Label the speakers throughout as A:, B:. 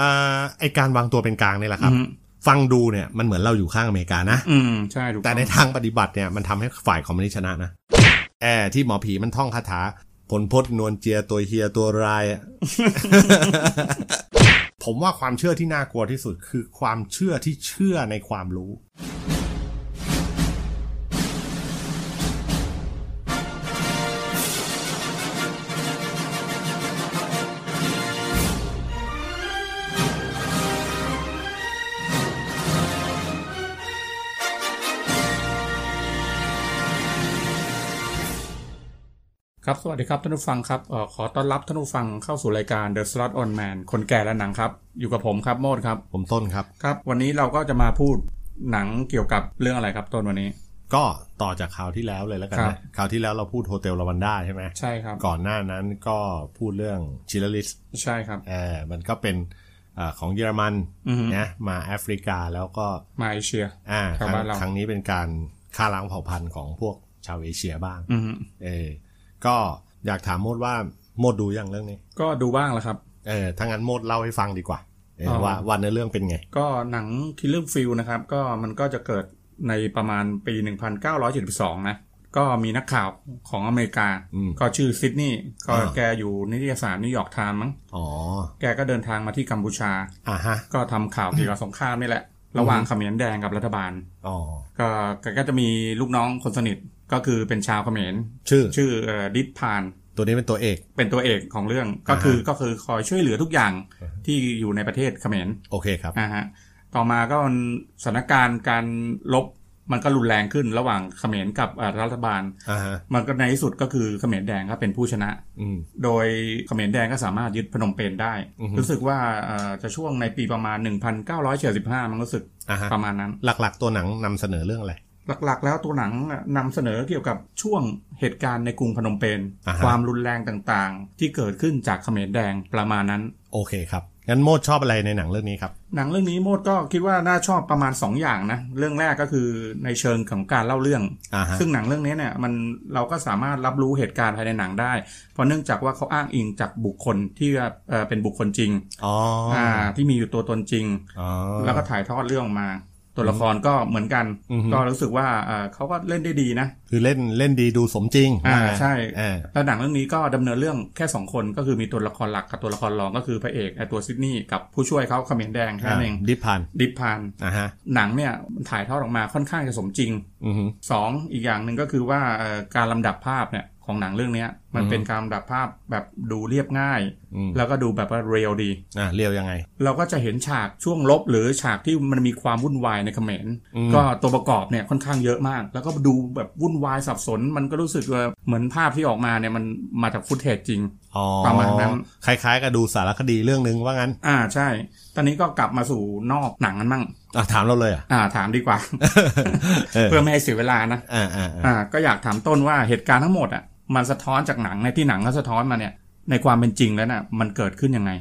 A: อ่าไอการวางตัวเป็นกลางนี่แหละครับ
B: อืม
A: ฟังดูเนี่ยมันเหมือนเราอยู่ข้างอเมริกานะ
B: อืมใช่ถูก
A: แต่ใน
B: อง
A: ทางปฏิบัติเนี่ยมันทำให้ฝ่ายคอมมิวนิสต์ชนะนะแอร์ที่หมอผีมันท่องคาถาผลพดนวลเจียตัวเฮียตัวรายอะ ผมว่าความเชื่อที่น่ากลัวที่สุดคือความเชื่อที่เชื่อในความรู้
B: ครับสวัสดีครับท่านผู้ฟังครับเอ่อขอต้อนรับท่านผู้ฟังเข้าสู่รายการ The Slot on Man คนแก่และหนังครับ อยู่กับผมครับโมดครับ
A: ผมต้นครับ
B: ครับ วันนี้เราก็จะมาพูดหนังเกี่ยวกับเรื่องอะไรครับต้นวันนี้
A: ก็ต่อจากคราวที่แล้วเลยแล้วกัน
B: ครั
A: นะ
B: บ
A: คราวที่แล้วเราพูดโฮเทลลาวันด้าใช่ไหม
B: ใช่ครับ
A: ก่อนหน้านั้นก็พูดเรื่องชิลลิส
B: ใช่ครับ
A: เออมันก็เป็นเอ่อของเยอรมัน
B: อือฮึ
A: นะมาแอฟริกาแล้วก็
B: มาเอเชีย
A: อ่าค
B: ชาว
A: รั้ง
B: บ้านเรา
A: ครั้งนี้เป็นการฆ่าล้างเผ่าพันธุ์ของพวกชาวเอเชียบ้าง
B: อือฮึ
A: เออ ก็อยากถามโมดว่าโมดดูยังเรื่องนี้
B: ก็ดูบ้างแล้วครับ
A: เออ ถ้างั้นโมดเล่าให้ฟังดีกว่า เออ
B: อ๋อ
A: ว่าวันในอเรื่องเป็นไง
B: ก็หนัง Killer f i e l นะครับ ก็มันก็จะเกิดในประมาณปี 1972 นะ ก็มีนักข่าวของอเมริกา
A: อืม
B: ก็ชื่อซิดนีย์ก็
A: อ่า
B: แกอยู่นิตยสารนิวยอร์กไทม์มั้ง
A: อ๋อ
B: แกก็เดินทางมาที่กัมพูชา
A: อ่าฮะ
B: ก็ทำข่าวเกี่ยวกับสงครามนี่แหละ ระหว่างเขมรแดงกับรัฐบาล
A: อ๋อ
B: ก็แกก็จะมีลูกน้องคนสนิทก็คือเป็นชาวเขมร
A: ชื่อ
B: ชื่อเอ่อดิษพาน
A: ตัวนี้เป็นตัวเอก
B: เป็นตัวเอกของเรื่องก็คือก็คือคอยช่วยเหลือทุกอย่างที่อยู่ในประเทศเขมร
A: โอเคครับ
B: อ่าฮะต่อมาก็มันสถานการณ์การลบมันก็รุนแรงขึ้นระหว่างเขมรกับอ่ารัฐบาล
A: อ่าฮะ
B: มันก็ในที่สุดก็คือเขมรแดงครับเป็นผู้ชนะ
A: อืม
B: โดยเขมรแดงก็สามารถยึดพนมเปญได้
A: อือฮึ
B: รู้สึกว่าเอ่อจะช่วงในปีประมาณ 1975 มันรู้สึก
A: อ่าฮะ
B: ประมาณนั้น
A: หลักๆตัวหนังนำเสนอเรื่องอะไร
B: หลักๆ แล้วตัวหนังอ่ะนำเสนอเกี่ยวกับช่วงเหตุการณ์ในกรุงพนมเปญ
A: อ่าฮะ
B: ความรุนแรงต่างๆ ที่เกิดขึ้นจากเขมรแดงประมาณนั้น
A: โอเคครับ งั้นโมดชอบอะไรในหนังเรื่องนี้ครับ
B: หนังเรื่องนี้โมดก็คิดว่าน่าชอบประมาณ 2 อย่างนะ เรื่องแรกก็คือในเชิงของการเล่าเรื่อง
A: อ่าฮะ
B: ซึ่งหนังเรื่องนี้เนี่ยมันเราก็สามารถรับรู้เหตุการณ์ภายในหนังได้ เพราะเนื่องจากว่าเขาอ้างอิงจากบุคคลที่เอ่อเป็นบุคคลจริง
A: อ๋อ
B: าที่มีอยู่ตัวตนจริง
A: อ๋อ
B: แล้วก็ถ่ายทอดเรื่องออกมา ตัวละครก็เหมือนกัน
A: อือฮึ
B: ก็รู้สึกว่าเอ่อเขาก็เล่นได้ดีนะ
A: คือเล่นเล่นดีดูสมจริง
B: อ่า
A: ว่งั้น
B: ใช่
A: เออ
B: แล้วหนังเรื่องนี้ก็ดำเนินเรื่องแค่ 2 คนก็คือมีตัวละครหลักกับตัวละครรองก็คือพระเอกไอ้ตัวซิดนีย์กับผู้ช่วยเขาเขมรแดงแค่นั้นเอง
A: อ่าดิพพัน
B: ดิพพาน
A: อ่าฮะ
B: หนังเนี่ยมันถ่ายทอดออกมาค่อนข้างจะสมจริง
A: อือฮึ
B: สองอีกอย่างหนึ่งก็คือว่าเอ่อการลำดับภาพเนี่ยของหนังเรื่องเนี้ยมันเป็นการลำดับภาพแบบดูเรียบง่าย
A: อืม
B: แล้วก็ดูแบบว่าเรียลดี
A: อ่าเรียวยังไง
B: เราก็จะเห็นฉากช่วงลบหรือฉากที่มันมีความวุ่นวายในเขมร
A: อืม
B: ก็ตัวประกอบเนี่ยค่อนข้างเยอะมาก แล้วก็ดูแบบวุ่นวายสับสน มันก็รู้สึกว่าเหมือนภาพที่ออกมาเนี่ยมันมาจากฟุตเทจจริง
A: อ๋อ
B: ประมาณนั้น
A: คล้ายๆกับดูสารคดีเรื่องนึงว่างั้น
B: อ่าใช่ ตอนนี้ก็กลับมาสู่นอกหนังกันมั่ง
A: อ่ะถามเราเลยเหรอ่ะ
B: อ่าถามดีกว่า
A: เออ
B: เพื่อไม่ให้เสียเวลานะ
A: อ่าอ่าอ่า
B: อ่าก็อยากถามต้นว่าเหตุการณ์ทั้งหมดอ่ะมันสะท้อนจากหนังในที่หนังก็สะท้อนมาเนี่ยในความเป็นจริงแล้วน่ะมันเกิดขึ้นยังไง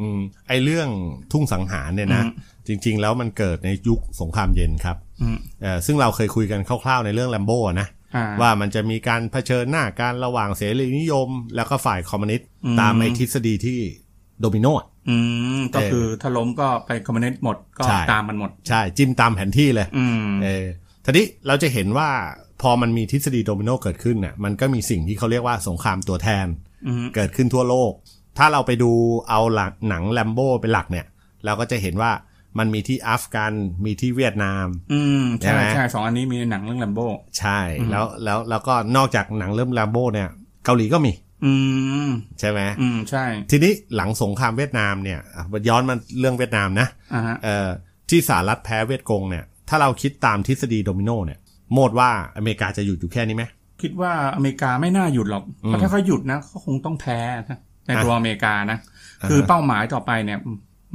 A: อืมไอเรื่องทุ่งสังหารเนี่ยนะ
B: อืม
A: จริง ๆ แล้วมันเกิดในยุคสงครามเย็นครับ
B: อืม
A: เอ่อซึ่งเราเคยคุยกันคร่าวๆในเรื่องแลมโบ้นะ
B: อ่า
A: ว่ามันจะมีการเผชิญหน้าการระหว่างเสรีนิยม แล้วก็ฝ่ายคอมมิวนิสต์
B: อืม
A: ตามไอทฤษฎีที่โดมิโนอะ
B: อืมก็คือถ้าล้มก็ไปคอมมิวนิสต์หมดก็
A: ใช่
B: ตามมันหมด
A: ใช่ จิ้มตามแผนที่เลย
B: อืม
A: เออทีนี้เราจะเห็นว่าพอมันมีทฤษฎีโดมิโนเกิดขึ้นน่ะ มันก็มีสิ่งที่เขาเรียกว่าสงครามตัวแทน
B: อืม
A: เกิดขึ้นทั่วโลก ถ้าเราไปดูเอาหลังหนังแลมโบ้เป็นหลักเนี่ย เราก็จะเห็นว่ามันมีที่อัฟกันมีที่เวียดนาม
B: อืมใช่
A: ใช่ไหม
B: ใช่สองอันนี้มีหนังเรื่องแลมโบ
A: ใช่ แล้วแล้วแล้วก็นอกจากหนังเริ่มแลมโบ้เนี่ยเกาหลีก็มี
B: อืม
A: ใช่ไหม
B: อืมใช่
A: ทีนี้หลังสงครามเวียดนามเนี่ยอ่ะย้อนมาเรื่องเวียดนามนะ
B: อ่าฮะ
A: เอ่อที่สหรัฐแพ้เวียดกงเนี่ยถ้าเราคิดตามทฤษฎีโดมิโนเนี่ยโมดว่าอเมริกาจะหยุดอยู่แค่นี้ไหม
B: คิดว่าอเมริกาไม่น่าหยุดหรอกเพราะถ้าเขาหยุดนะเขาคงต้องแพ้นะในตัวอเมริกานะคือเป้าหมายต่อไปเนี่ย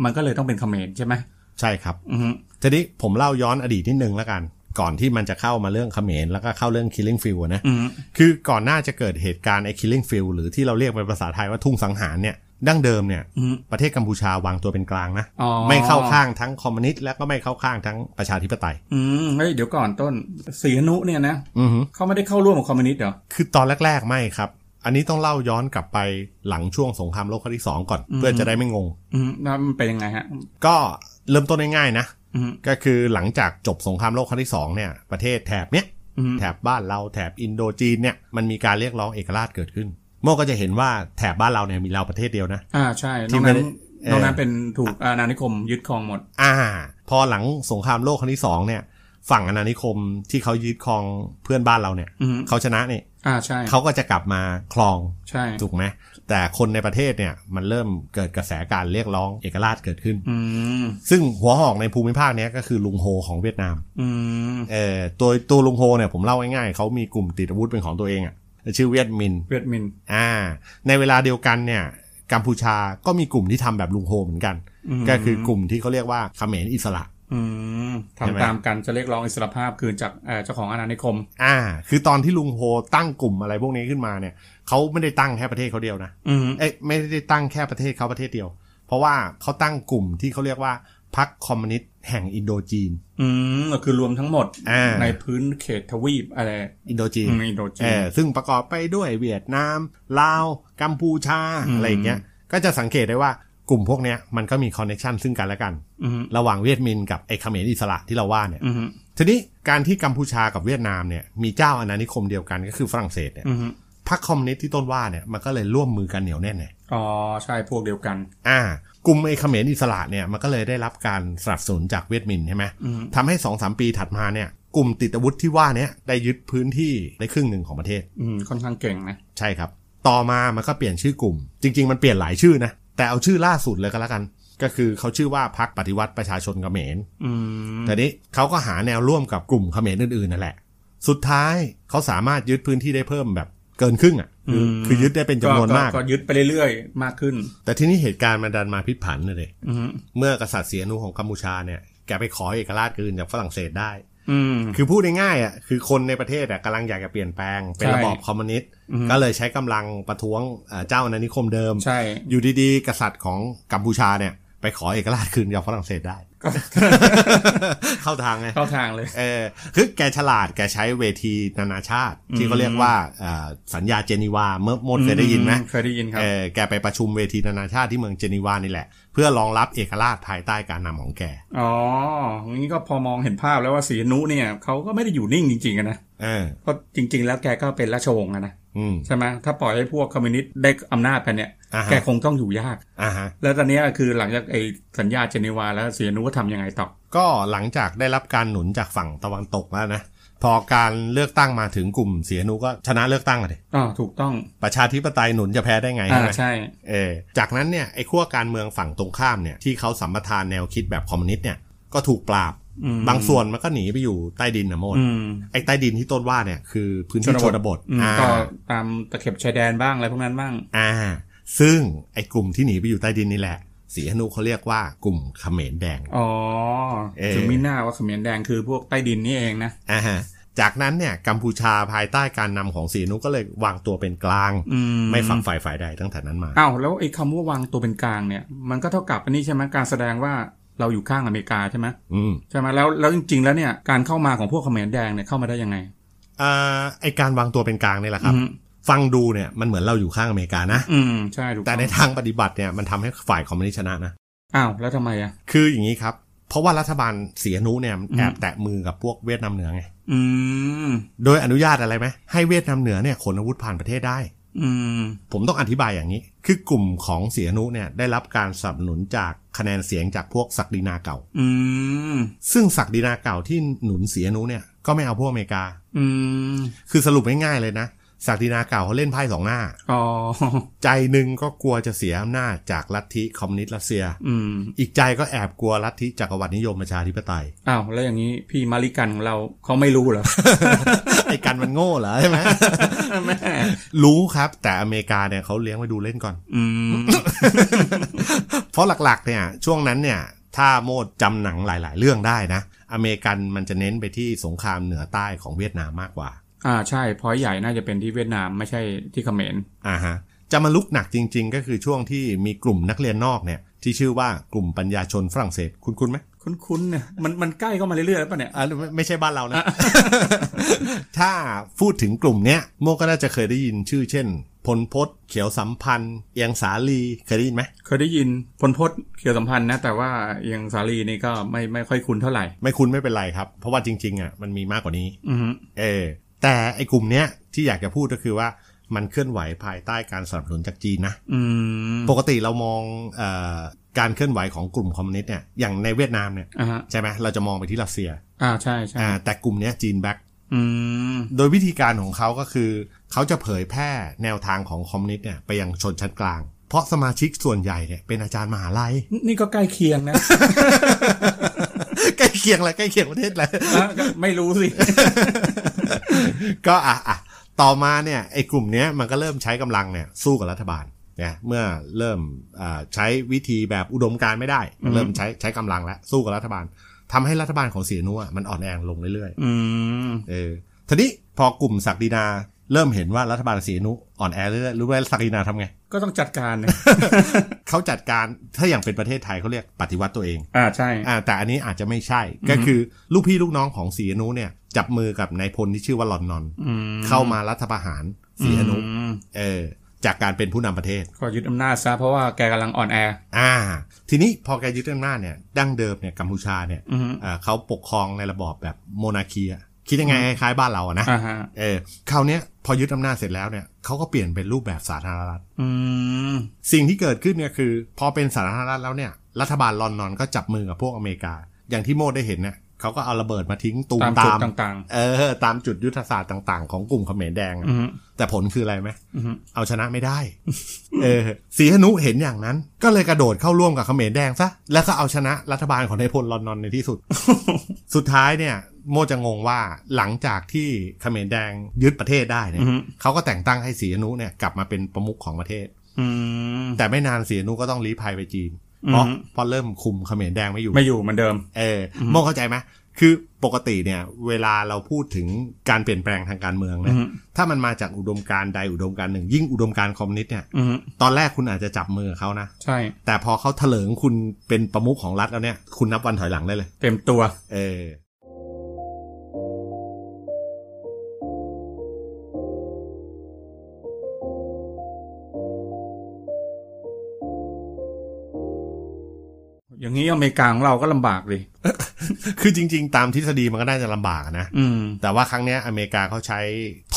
B: มันก็เลยต้องเป็นเขมรใช่ไหม
A: ใช่ครับ
B: อืม
A: ทีนี้ผมเล่าย้อนอดีตนิดนึงแล้วกัน ก่อนที่มันจะเข้ามาเรื่องเขมรแล้วก็เข้าเรื่อง Killing Field อะนะ
B: อืม
A: คือก่อนหน้าจะเกิดเหตุการณ์ไอ้ Killing Field หรือที่เราเรียกเป็นภาษาไทยว่าทุ่งสังหารเนี่ย ดั้งเดิมเนี่ย
B: อืม
A: ประเทศกัมพูชาวางตัวเป็นกลางนะ
B: อ๋อ
A: ไม่เข้าข้างทั้งคอมมิวนิสต์และก็ไม่เข้าข้างทั้งประชาธิปไตย
B: อืมเฮ้ยเดี๋ยวก่อนต้นสีหนุเนี่ยนะ
A: อือฮึ
B: เขาไม่ได้เข้าร่วมกับคอมมิวนิสต์เหรอ
A: คือตอนแรก ๆ ไม่ครับ อันนี้ต้องเล่าย้อนกลับไปหลังช่วงสงครามโลกครั้งที่สองก่อน เพื่อจะได้ไม่งง
B: อืมแล้วมันเป็นยังไงฮะ
A: ก็เริ่มต้นง่ายๆนะ
B: อืม
A: ก็คือหลังจากจบสงครามโลกครั้งที่สองเนี่ย ประเทศแถบเนี้ย
B: อืม
A: แถบบ้านเราแถบอินโดจีนเนี่ยมันมีการเรียกร้องเอกราชเกิดขึ้น โมก็จะเห็นว่าแถบบ้านเราเนี่ยมีเราประเทศเดียวนะ
B: อ่าใช่
A: ที่
B: นอก
A: ไม่
B: นั้น
A: ได้เอ่อ
B: นอกนั้นเป็นถูกอาณานิคมยึดครองหมด
A: อ่า พอหลังสงครามโลกครั้งที่สองเนี่ย ฝั่งอาณานิคมที่เขายึดครองเพื่อนบ้านเราเนี่ย
B: อืม
A: เขาชนะเนี่ย
B: อ่าใช่
A: เขาก็จะกลับมาครอง
B: ใช่
A: ถูกไหมแต่คนในประเทศเนี่ยมันเริ่มเกิดกระแสการเรียกร้องเอกราชเกิดขึ้น
B: อืม
A: ซึ่งหัวหอกในภูมิภาคเนี้ยก็คือลุงโฮของเวียดนาม
B: อืม
A: เอ่อตัวตัวลุงโฮเนี่ยผมเล่าง่ายๆเขามีกลุ่มติดอาวุธเป็นของตัวเองอะ่ะชื่อเวียดมิน
B: เวียดมิน
A: อ่า ในเวลาเดียวกันเนี่ย กัมพูชาก็มีกลุ่มที่ทำแบบลุงโฮเหมือนกัน
B: อืม
A: ก็คือกลุ่มที่เขาเรียกว่าเขมรอิสระ
B: อืม
A: ใช่ไหม
B: ทำตามกันจะเรียกร้องอิสรภาพคืนจากเอ่อเจ้าของอาณานิคม
A: อ่า คือตอนที่ลุงโฮตั้งกลุ่มอะไรพวกนี้ขึ้นมาเนี่ยเขาไม่ได้ตั้งแค่ประเทศเขาเดียวนะ
B: อืม
A: เอ้ยไม่ได้ตั้งแค่ประเทศเขาประเทศเดียว เพราะว่าเขาตั้งกลุ่มที่เขาเรียกว่าพรรคคอมมิวนิสต์แห่งอินโดจีน
B: อืมก็คือรวมทั้งหมด
A: อ่า
B: ในพื้นเขตทวีปอะไร
A: อินโดจีน
B: อืมอินโดจี
A: เอน อซึ่งประกอบไปด้วยเวียดนามลาวกัมพูชา
B: อืม
A: อะไรอย่างเงี้ยก็จะสังเกตได้ว่ากลุ่มพวกเนี้ยมันก็มีคอนเนคชันซึ่งกันและกัน
B: อืม
A: ระหว่างเวียดมินกับไอ้เขมรอิสระที่เราว่าเนี่ย
B: อืม
A: ทีนี้การที่กัมพูชากับเวียดนามเนี่ยมีเจ้าอาณานิคมเดียวกันก็คือฝรั่งเศสเนี่ย
B: อืม
A: พรรคคอมมิวนิสต์ที่ต้นว่าเนี่ยมันก็เลยร่วมมือกันเหนียวแน่นเลย
B: อ๋อใช่พวกเดียวกัน
A: อ่ากลุ่มไอ้เขมรอิสระเนี่ยมันก็เลยได้รับการสนับสนุนจากเวียดมินใช่ไหม
B: อืม
A: ทำให้สองสามปีถัดมาเนี่ยกลุ่มติดอาวุธที่ว่าเนี่ยได้ยึดพื้นที่ได้ครึ่งหนึ่งของประเทศ
B: อืมค่อนข้างเก่งนะ
A: ใช่ครับ ต่อมามันก็เปลี่ยนชื่อกลุ่ม จริง ๆ มันเปลี่ยนหลายชื่อนะ แต่เอาชื่อล่าสุดเลยก็แล้วกัน ก็คือเขาชื่อว่าพักปฏิวัติประชาชนเขมร
B: อืม
A: แต่นี้เขาก็หาแนวร่วมกับกลุ่มเขมรอื่นๆนั่นแหละ สุดท้ายเขาสามารถยึดพื้นที่ได้เพิ่มแบบเกินครึ่งอ่ะคือคือยึดได้เป็นจำนวนมาก
B: ก็ยึดไปเรื่อยๆ มากขึ้น
A: แต่ที่นี่เหตุการณ์มันดันมาพลิกผันเลยดิ
B: อืม
A: เมื่อกษัตริย์เสียนูของกัมพูชาเนี่ยแกไปขอเอกราชคืนจากฝรั่งเศสได้
B: อืม
A: คือพูดง่ายๆอ่ะคือคนในประเทศอ่ะกำลังอยากจะเปลี่ยนแปลงเป็น
B: ใช่
A: ระบอบคอมมิวนิสต์ก็เลยใช้กำลังประท้วงเอ่อเจ้าอาณานิคมเดิม
B: ใช่
A: อยู่ดีๆ กษัตริย์ของกัมพูชาเนี่ย ไปขอเอกราชคืนจากฝรั่งเศส ได้
B: ก็
A: เข้าทางไง
B: เข้าทางเลย
A: เออคือแกฉลาดแกใช้เวทีนานาชาติ ที่เขาเรียกว่าเอ่อสัญญาเจนีวาเมื่อมดเคยได้ยินไหม
B: เคยได้ยินครับ
A: เออแกไปประชุมเวทีนานาชาติที่เมืองเจนีวานี่แหละ เพื่อรองรับเอกราชภายใต้การนำของแก
B: อ๋องี้ก็พอมองเห็นภาพแล้วว่าสีนุเนี่ยเขาก็ไม่ได้อยู่นิ่งจริงๆอะนะ
A: เออ
B: เพราะจริง ๆ แล้วแกก็เป็นราชวงศ์อะนะ
A: อืม
B: ใช่ไหมถ้าปล่อยให้พวกคอมมิวนิสต์ได้อำนาจไปเนี่ย
A: อ่าฮะ
B: แกคงต้องอยู่ยาก
A: อ่าฮะ
B: แล้วตอนเนี้ยคือหลังจากไอ้สัญญาเจนีวาแล้วสีนุก็ทำยังไงต่อ
A: ก็หลังจากได้รับการหนุนจากฝั่งตะวันตกแล้วนะพอการเลือกตั้งมาถึงกลุ่มเสียหนูก็ชนะเลือกตั้งเลย
B: อ๋อถูกต้อง
A: ประชาธิปไตยหนุนจะแพ้ได้ไง
B: อ่า
A: ใช่ไหม
B: ใช่
A: เออจากนั้นเนี่ยไอ้ขั้วการเมืองฝั่งตรงข้ามเนี่ยที่เขาสัมปทานแนวคิดแบบคอมมิวนิสต์เนี่ยก็ถูกปราบ
B: อืม
A: บางส่วนมันก็หนีไปอยู่ใต้ดินนะโมด
B: อืม
A: ไอ้ใต้ดินที่ต้นว่าเนี่ยคือพื้นที่ชนบท
B: อืม
A: อ่า
B: ก็ตามตะเข็บชายแดนบ้างอะไรพวกนั้นบ้าง
A: อ่า ซึ่งไอ้กลุ่มที่หนีไปอยู่ใต้ดินนี่แหละสีหนุเขาเรียกว่ากลุ่มเขมรแดง
B: อ๋อ
A: เอ่อ
B: ถึงมีหน้าว่าเขมรแดงคือพวกใต้ดินนี่เองนะ
A: อ่าฮะจากนั้นเนี่ยกัมพูชาภายใต้การนำของสีหนุก็เลยวางตัวเป็นกลาง
B: อืม
A: ไม่ฝักฝ่ายฝ่ายใดตั้งแต่นั้นมา
B: อ้าวแล้วไอ้คำว่าวางตัวเป็นกลางเนี่ย มันก็เท่ากับอันนี้ใช่ไหมการแสดงว่าเราอยู่ข้างอเมริกาใช่ไหม
A: อืม
B: ใช่ไหมแล้วแล้วจริง ๆ แล้วเนี่ยการเข้ามาของพวกเขมรแดงเนี่ยเข้ามาได้ยังไง
A: อ่าไอการวางตัวเป็นกลางนี่แหละครับ
B: อืม
A: ฟังดูเนี่ยมันเหมือนเราอยู่ข้างอเมริกานะ
B: อืมใช่ถูกอง
A: แต่ในทางปฏิบัติเนี่ยมันทำให้ฝ่ายคอมมิวนิสต์ชนะนะ
B: อ้าวแล้วทำไมอ่ะ
A: คืออย่างนี้ครับ เพราะว่ารัฐบาลเสียนุเนี่ย
B: อืม
A: แอบแตะมือกับพวกเวียดนามเหนือไง
B: อืม
A: โดยอนุญาตอะไรไหมให้เวียดนามเหนือเนี่ยขนอาวุธผ่านประเทศได้
B: อืม
A: ผมต้องอธิบายอย่างนี้ คือกลุ่มของเสียนุเนี่ยได้รับการสนับสนุนจากคะแนนเสียงจากพวกศักดินาเก่า
B: อืม
A: ซึ่งศักดินาเก่าที่หนุนเสียนุเนี่ยก็ไม่เอาพวกอเมริกา
B: อืม
A: คือสรุปง่ายๆเลยนะศักดินาเก่าเขาเล่นไพ่สองหน้า
B: อ๋อ
A: ใจหนึ่งก็กลัวจะเสียอำนาจจากลัทธิคอมมิวนิสต์รัสเซีย
B: อืม
A: อีกใจก็แอบกลัวลัทธิจักรวรรดินิยมประชาธิปไตย
B: อ้าวแล้วอย่างนี้พี่มาริกันของเราเขาไม่รู้เหร อ
A: ไอ้กันมันโง่เหรอใช่ไหม
B: แม่
A: รู้ครับ แต่อเมริกาเนี่ยเขาเลี้ยงไว้ดูเล่นก่อน
B: อืม
A: เพราะหลักๆเนี่ยช่วงนั้นเนี่ยถ้าโมดจำหนังหลายๆ เรื่องได้นะ อเมริกันมันจะเน้นไปที่สงครามเหนือใต้ของเวียดนามมากกว่า
B: อ่าใช่พอยใหญ่น่าจะเป็นที่เวียดนามไม่ใช่ที่เขมร
A: อ่าฮะจะมาลุกหนักจริง ๆ ก็คือช่วงที่มีกลุ่มนักเรียนนอกเนี่ยที่ชื่อว่ากลุ่มปัญญาชนฝรั่งเศสคุ้นๆไหม
B: คุ้นๆเนี่ยมันมันใกล้เข้ามาเรื่อยๆแล้วป่ะเนี่ย
A: อ่ะ ไม่ไม่ใช่บ้านเรานะ ถ้าพูดถึงกลุ่มเนี้ยโมก็น่าจะเคยได้ยินชื่อเช่น พลพศเขียวสัมพันธ์ เอียงสาลีเคยได้ยินไหม
B: เคยได้ยินพลพศเขียวสัมพันธ์นะ แต่ว่าเอียงสาลีนี่ก็ไม่ไม่ค่อยคุ้นเท่าไหร่
A: ไม่คุ้นไม่เป็นไรครับ เพราะว่าจริง ๆอ่ะมันมีมากกว่านี้
B: อือฮึ
A: เออแต่ไอ้กลุ่มเนี้ยที่อยากจะพูดก็คือว่ามันเคลื่อนไหวภายใต้การสนับสนุนจากจีนนะ
B: อืม
A: ปกติเรามองเอ่อการเคลื่อนไหวของกลุ่มคอมมิวนิสต์เนี่ยอย่างในเวียดนามเนี่ย
B: อ่าฮะ
A: ใช่ไหมเราจะมองไปที่รัสเซีย
B: อ่าใช่ใช่
A: อ่าแต่กลุ่มเนี้ยจีนแบ็ก
B: อืม
A: โดยวิธีการของเขาก็คือ เขาจะเผยแพร่แนวทางของคอมมิวนิสต์เนี่ยไปยังชนชั้นกลาง เพราะสมาชิกส่วนใหญ่เนี่ยเป็นอาจารย์มหาลัย
B: นี่ก็ใกล้เคียงนะ
A: ใกล้เคียงอะไรใกล้เคียงประเทศอะไร
B: อ่ะก็ ไม่รู้สิ
A: ก็อ่ะอ่ะต่อมาเนี่ยไอ้กลุ่มเนี้ยมันก็เริ่มใช้กำลังเนี่ยสู้กับรัฐบาลเนี่ยเมื่อเริ่มอ่าใช้วิธีแบบอุดมการณ์ไม่ได้ มันเริ่มใช้ใช้กำลังแล้วสู้กับรัฐบาลทำให้รัฐบาลของเสียนัวมันอ่อนแอลงเรื่อย
B: อืม
A: ๆเออทีนี้พอกลุ่มศักดินาเริ่มเห็นว่ารัฐบาลเสียนุอ่อนแอเรื่อยๆรู้ไหมศักดินาทำไง
B: ก็ต้องจัดการนะ
A: เขาจัดการถ้าอย่างเป็นประเทศไทยเขาเรียกปฏิวัติตัวเอง
B: อ่าใช่
A: อ่าแต่อันนี้อาจจะไม่ใช่ก็คือลูกพี่ลูกน้องของสีอนุเนี่ยจับมือกับนายพลที่ชื่อว่าลอนนอน
B: อืม
A: เข้ามารัฐประหารสีอนุ
B: ม
A: เออจากการเป็นผู้นำประเทศ
B: ก็ยึดอำนาจซะเพราะว่าแกกำลังอ่อนแอ
A: อ่า ทีนี้พอแกยึดอำนาจเนี่ยดั้งเดิมเนี่ยกัมพูชาเนี่ย
B: อืม
A: อ่าเขาปกครองในระบอบแบบโมนาคีอะคิดยังไงคล้ายๆบ้านเราอะนะ
B: อ่าฮะ
A: เออคราวเนี้ยพอยึดอำนาจเสร็จแล้วเนี่ยเขาก็เปลี่ยนเป็นรูปแบบสาธารณรัฐ
B: อืม
A: สิ่งที่เกิดขึ้นเนี่ยคือ พอเป็นสาธารณรัฐแล้วเนี่ย รัฐบาลลอนดอนก็จับมือกับพวกอเมริกา อย่างที่โมดได้เห็นเนี่ยเขาก็เอาระเบิดมาทิ้งตูม
B: ตาม
A: ตา
B: จุด
A: ม
B: ต่าง
A: เออ ตามจุดยุทธศาสตร์ต่างๆ ของกลุ่มเขมรแดง
B: ๆ
A: อะ
B: อืม
A: แต่ผลคืออะไรไหม
B: อืม
A: เอาชนะไม่ได้ เออสีหนุเห็นอย่างนั้น ก็เลยกระโดดเข้าร่วมกับเขมรแดงซะแล้วก็เอาชนะรัฐบาลของนายพลลอนนอนใน ที่สุด สุดท้ายเนี่ย โมจะงงว่าหลังจากที่เขมรแดงยึดประเทศได้เนี่ย
B: อืม
A: เขาก็แต่งตั้งให้สีหนุเนี่ยกลับมาเป็นประมุขของประเทศ
B: อืม
A: แต่ไม่นานเสียนุก็ต้องลี้ภัยไปจีน
B: อืม
A: เพราะเพราะเริ่มคุมเขมรแดงไม่อยู่
B: ไม่อยู่เหมือนเดิม
A: เออโมเข้าใจไหมคือปกติเนี่ย เวลาเราพูดถึงการเปลี่ยนแปลงทางการเมือง
B: อื
A: นะ
B: อฮึ
A: ถ้ามันมาจากอุดมการณ์ใดอุดมการณ์หนึ่ง ยิ่งอุดมการณ์คอมมิวนิสต์เนี่ย
B: อืม
A: ตอนแรกคุณอาจจะจับมือเขานะ
B: ใช่
A: แต่พอเขาเถลิงคุณเป็นประมุขของรัฐแล้วเนี่ย คุณนับวันถอยหลังได้เลย
B: เต็มตัว
A: เออ
B: อย่างนี้อเมริกาของเราก็ลำบากเลย
A: คือจริง ๆ ตามทฤษฎีมันก็น่าจะลำบากนะ
B: อืม
A: แต่ว่าครั้งเนี้ยอเมริกาเขาใช้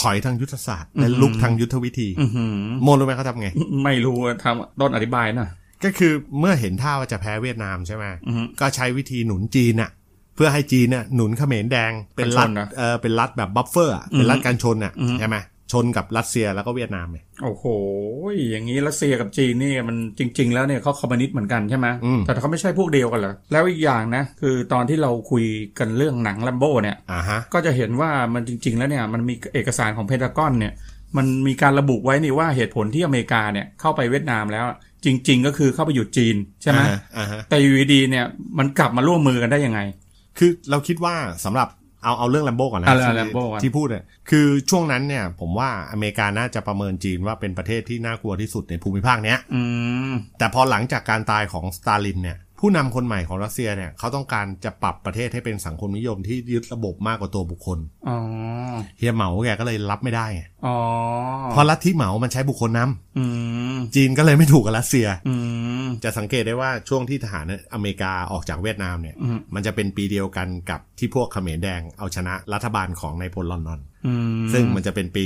A: ถอยทางยุทธศาสตร์และลุกทางยุทธวิธี
B: อือหือ
A: โมรู้ไหมเขาทำไง
B: ไม่รู้อะทำต้นอธิบายหน่อย
A: ก็คือเมื่อเห็นท่าว่าจะแพ้เวียดนามใช่ไหม
B: อืม
A: ก็ใช้วิธีหนุนจีนน่ะ เพื่อให้จีนน่ะหนุนเขมรแดงเป็นรัฐ
B: กันชนนะ
A: เออเป็นรัฐแบบบัฟเฟอร์อะเป็นรัฐการชนน่ะ
B: อืม
A: ใช่ไหมชนกับรัสเซียแล้วก็เวียดนามเนี่ย
B: โอ้โห อย่างนี้รัสเซียกับจีนนี่มันจริง ๆ แล้วเนี่ยเขาคอมมิวนิสต์เหมือนกันใช่ไหม
A: อืม
B: แต่เขาไม่ใช่พวกเดียวกันเหรอ แล้วอีกอย่างนะ คือตอนที่เราคุยกันเรื่องหนังลัมโบ้เนี่ย
A: อ่าฮะ
B: ก็จะเห็นว่ามันจริง ๆ แล้วเนี่ยมันมีเอกสารของเพนทากอนเนี่ย มันมีการระบุไว้นี่ว่าเหตุผลที่อเมริกาเนี่ยเข้าไปเวียดนามแล้วอะจริง ๆ ก็คือเข้าไปหยุดจีนใช่ไหม
A: อ่าฮะอ่าฮะ
B: แต่อยู่ดีๆเนี่ยมันกลับมาร่วมมือกันได้ยังไง
A: คือเราคิดว่าสำหรับเอาเอาเรื่องแลมโบ้ก่อนนะ
B: เอาเรื่อง
A: ที่
B: Lambo ก่อน
A: ที่พูดเนี่ยคือช่วงนั้นเนี่ย ผมว่าอเมริกาน่าจะประเมินจีนว่าเป็นประเทศที่น่ากลัวที่สุดในภูมิภาคเนี้ย
B: อืม
A: แต่พอหลังจากการตายของสตาลินเนี่ยผู้นำคนใหม่ของรัสเซียเนี่ยเขาต้องการจะปรับประเทศให้เป็นสังคมนิยมที่ยึดระบบมากกว่าตัวบุคคล
B: อ๋อ
A: เฮียเหมาแกก็เลยรับไม่ได้ไง
B: อ๋อ
A: เพราะลัทธิเหมามันใช้บุคคลนำ
B: อืม
A: จีนก็เลยไม่ถูกกับรัสเซีย
B: อืม
A: จะสังเกตได้ว่าช่วงที่ทหารอเมริกาออกจากเวียดนามเนี่ย
B: อืม
A: มันจะเป็นปีเดียวกันกับที่พวกเขมรแดงเอาชนะรัฐบาลของนายพลลอนนอน
B: อืม
A: ซึ่งมันจะเป็นปี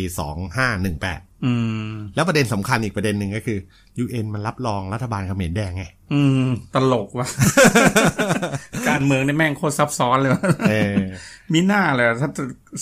A: 2518
B: อืม
A: แล้วประเด็นสำคัญอีกประเด็นหนึ่งก็คือ UN มันรับรองรัฐบาลเขมรแดงไง
B: อืม ตลก ว่ะ การเมืองในแม่งโคตรซับซ้อนเลยว่ะ
A: เออ
B: มีหน้าเลยถ้า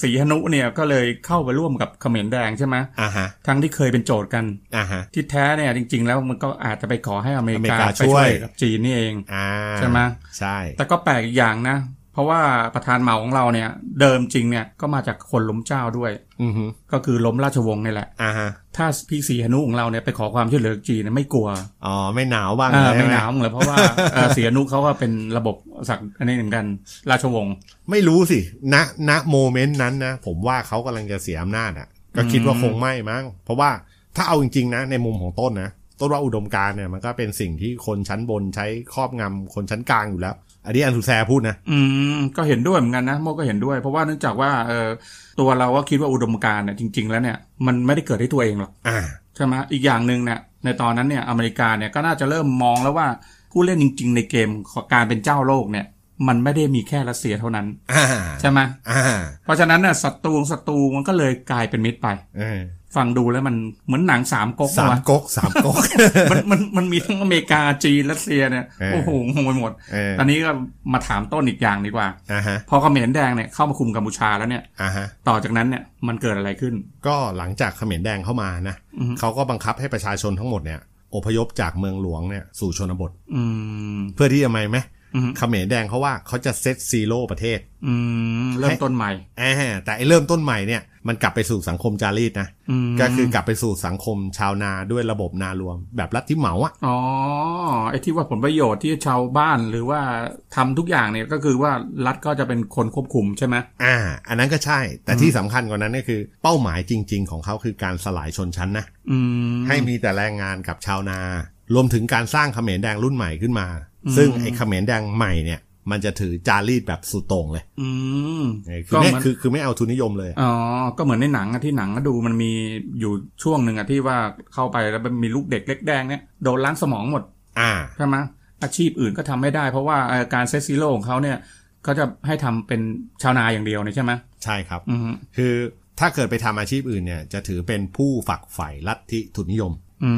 B: สีหนุเนี่ยก็เลยเข้าไปร่วมกับเขมรแดงใช่ไหม
A: อ่าฮะ
B: ทั้งที่เคยเป็นโจทย์กัน
A: อ่าฮะ
B: ที่แท้เนี่ยจริง ๆ แล้วมันก็อาจจะไปขอให้อเมริ
A: อเม
B: กาก
A: ริา
B: ไปช่
A: ช่
B: ว
A: วยย
B: กับจีนนี่เอง
A: อ่า
B: ใช่ไหม
A: ใช่
B: แต่ก็แปลกอีกอย่างนะ เพราะว่าประธานเหมาของเราเนี่ย เดิมจริงเนี่ยก็มาจากคนล้มเจ้าด้วย
A: อือฮึ
B: ก็คือล้มราชวงศ์นี่แหละ
A: อ่าฮะ
B: ถ้าพี่สีหนุของเราเนี่ยไปขอความช่วยเหลือจากจีนเนี่ยไม่กลัว
A: อ๋อไม่หนาวบ้าง
B: เออ
A: ใช่
B: ไม่หนาวเลยเพราะ ว่าเอ่อเสียนุเขาก็เป็นระบบสักดิ์อันนี้เหมือนกัน ราชวงศ์
A: ไม่รู้สิ ณ ณ โมเมนต์นั้นนะ ผมว่าเขากำลังจะเสียอำนาจอ่ะ ก็คิดว่าคงไม่มั้ง เพราะว่าถ้าเอาจริงๆนะ ในมุมของต้นนะ ต้นว่าอุดมการณ์เนี่ยมันก็เป็นสิ่งที่คนชั้นบนใช้ครอบงำคนชั้นกลางอยู่แล้ว อันนี้อันสุแซพูดนะ
B: อืมก็เห็นด้วยเหมือนกันนะโมก็เห็นด้วย เพราะว่าเนื่องจากว่าเออตัวเราก็คิดว่าอุดมการณ์เนี่ยจริง ๆ แล้วเนี่ยมันไม่ได้เกิดที่ตัวเองหรอก
A: อ่า
B: ใช่ไหมอีกอย่างหนึ่งเนี่ยในตอนนั้นเนี่ยอเมริกาเนี่ยก็น่าจะเริ่มมองแล้วว่าผู้เล่นจริง ๆ ในเกมของการเป็นเจ้าโลกเนี่ย มันไม่ได้มีแค่รัสเซียเท่านั้น
A: อ่า
B: ใช่ไหม
A: อ่า
B: เพราะฉะนั้นน่ะศัตรูของศัตรูมันก็เลยกลายเป็นมิตรไป
A: เออ
B: ฟังดูแล้วมันเหมือนหนังสามก๊ก
A: สาม
B: วะ
A: ก๊กสามก๊ ก
B: มันมันมันมีทั้งอเมริกาจีนรัสเซียเนี่ย
A: เออ
B: โอ้โหงงไปหมด
A: เออ
B: ตอนนี้ก็มาถามต้นอีกอย่างดีกว่า
A: อ่าฮะ
B: พอเขมรแดงเนี่ยเข้ามาคุมกัมพูชาแล้วเนี่ย
A: อ่าฮะ
B: ต่อจากนั้นเนี่ยมันเกิดอะไรขึ้น
A: ก็หลังจากเขมรแดงเข้ามานะ
B: อือฮึ
A: เขาก็บังคับให้ประชาชนทั้งหมดเนี่ยอพยพจากเมืองหลวงเนี่ยสู่ชนบท
B: อืม
A: เพื่อที่จะไมไหม
B: อืม
A: เขมรแดงเขาว่าเขาจะเซตซีโร่ประเทศ
B: อืมเริ่มต้นใหม่
A: แอาแต่ไอ้เริ่มต้นใหม่เนี่ยมันกลับไปสู่สังคมจารีตนะ
B: อืม
A: ก็คือกลับไปสู่สังคมชาวนาด้วยระบบนารวม แบบรัฐที่เหมาอะ
B: อ๋อไอ้ที่ว่าผลประโยชน์ที่ชาวบ้านหรือว่าทำทุกอย่างเนี่ยก็คือว่ารัฐก็จะเป็นคนควบคุมใช่ไหม
A: อ่า อันนั้นก็ใช่ แต่ที่สำคัญกว่านั้นก็คือ เป้าหมายจริง ๆ ของเขาคือการสลายชนชั้นนะ
B: อืม
A: ให้มีแต่แรงงานกับชาวนารวมถึงการสร้างเขมรแดงรุ่นใหม่ขึ้นมา
B: อืม
A: ซึ่งไอ้เขมรแดงใหม่เนี่ยมันจะถือจารีตแบบสุดโต่งเลย
B: อืม
A: เออคือ
B: ก็
A: ไม่
B: มัน
A: คือคือไม่เอาทุนนิยมเลย
B: อ๋อก็เหมือนในหนังอะที่หนังก็ดูมันมีอยู่ช่วงหนึ่งอะที่ว่าเข้าไปแล้วมันมีลูกเด็กเล็กแดงเนี่ยโดนล้างสมองหมด
A: อ่า
B: ใช่ไหมอาชีพอื่นก็ทำไม่ได้ เพราะว่าเอ่อการเซตซีโร่ของเขาเนี่ยเขาจะให้ทำเป็นชาวนาอย่างเดียวเนี่ยใช่ไหม
A: ใช่ครับ
B: อืม
A: คือถ้าเกิดไปทำอาชีพอื่นเนี่ยจะถือเป็นผู้ฝักใฝ่ลัทธิทุนนิยม
B: อื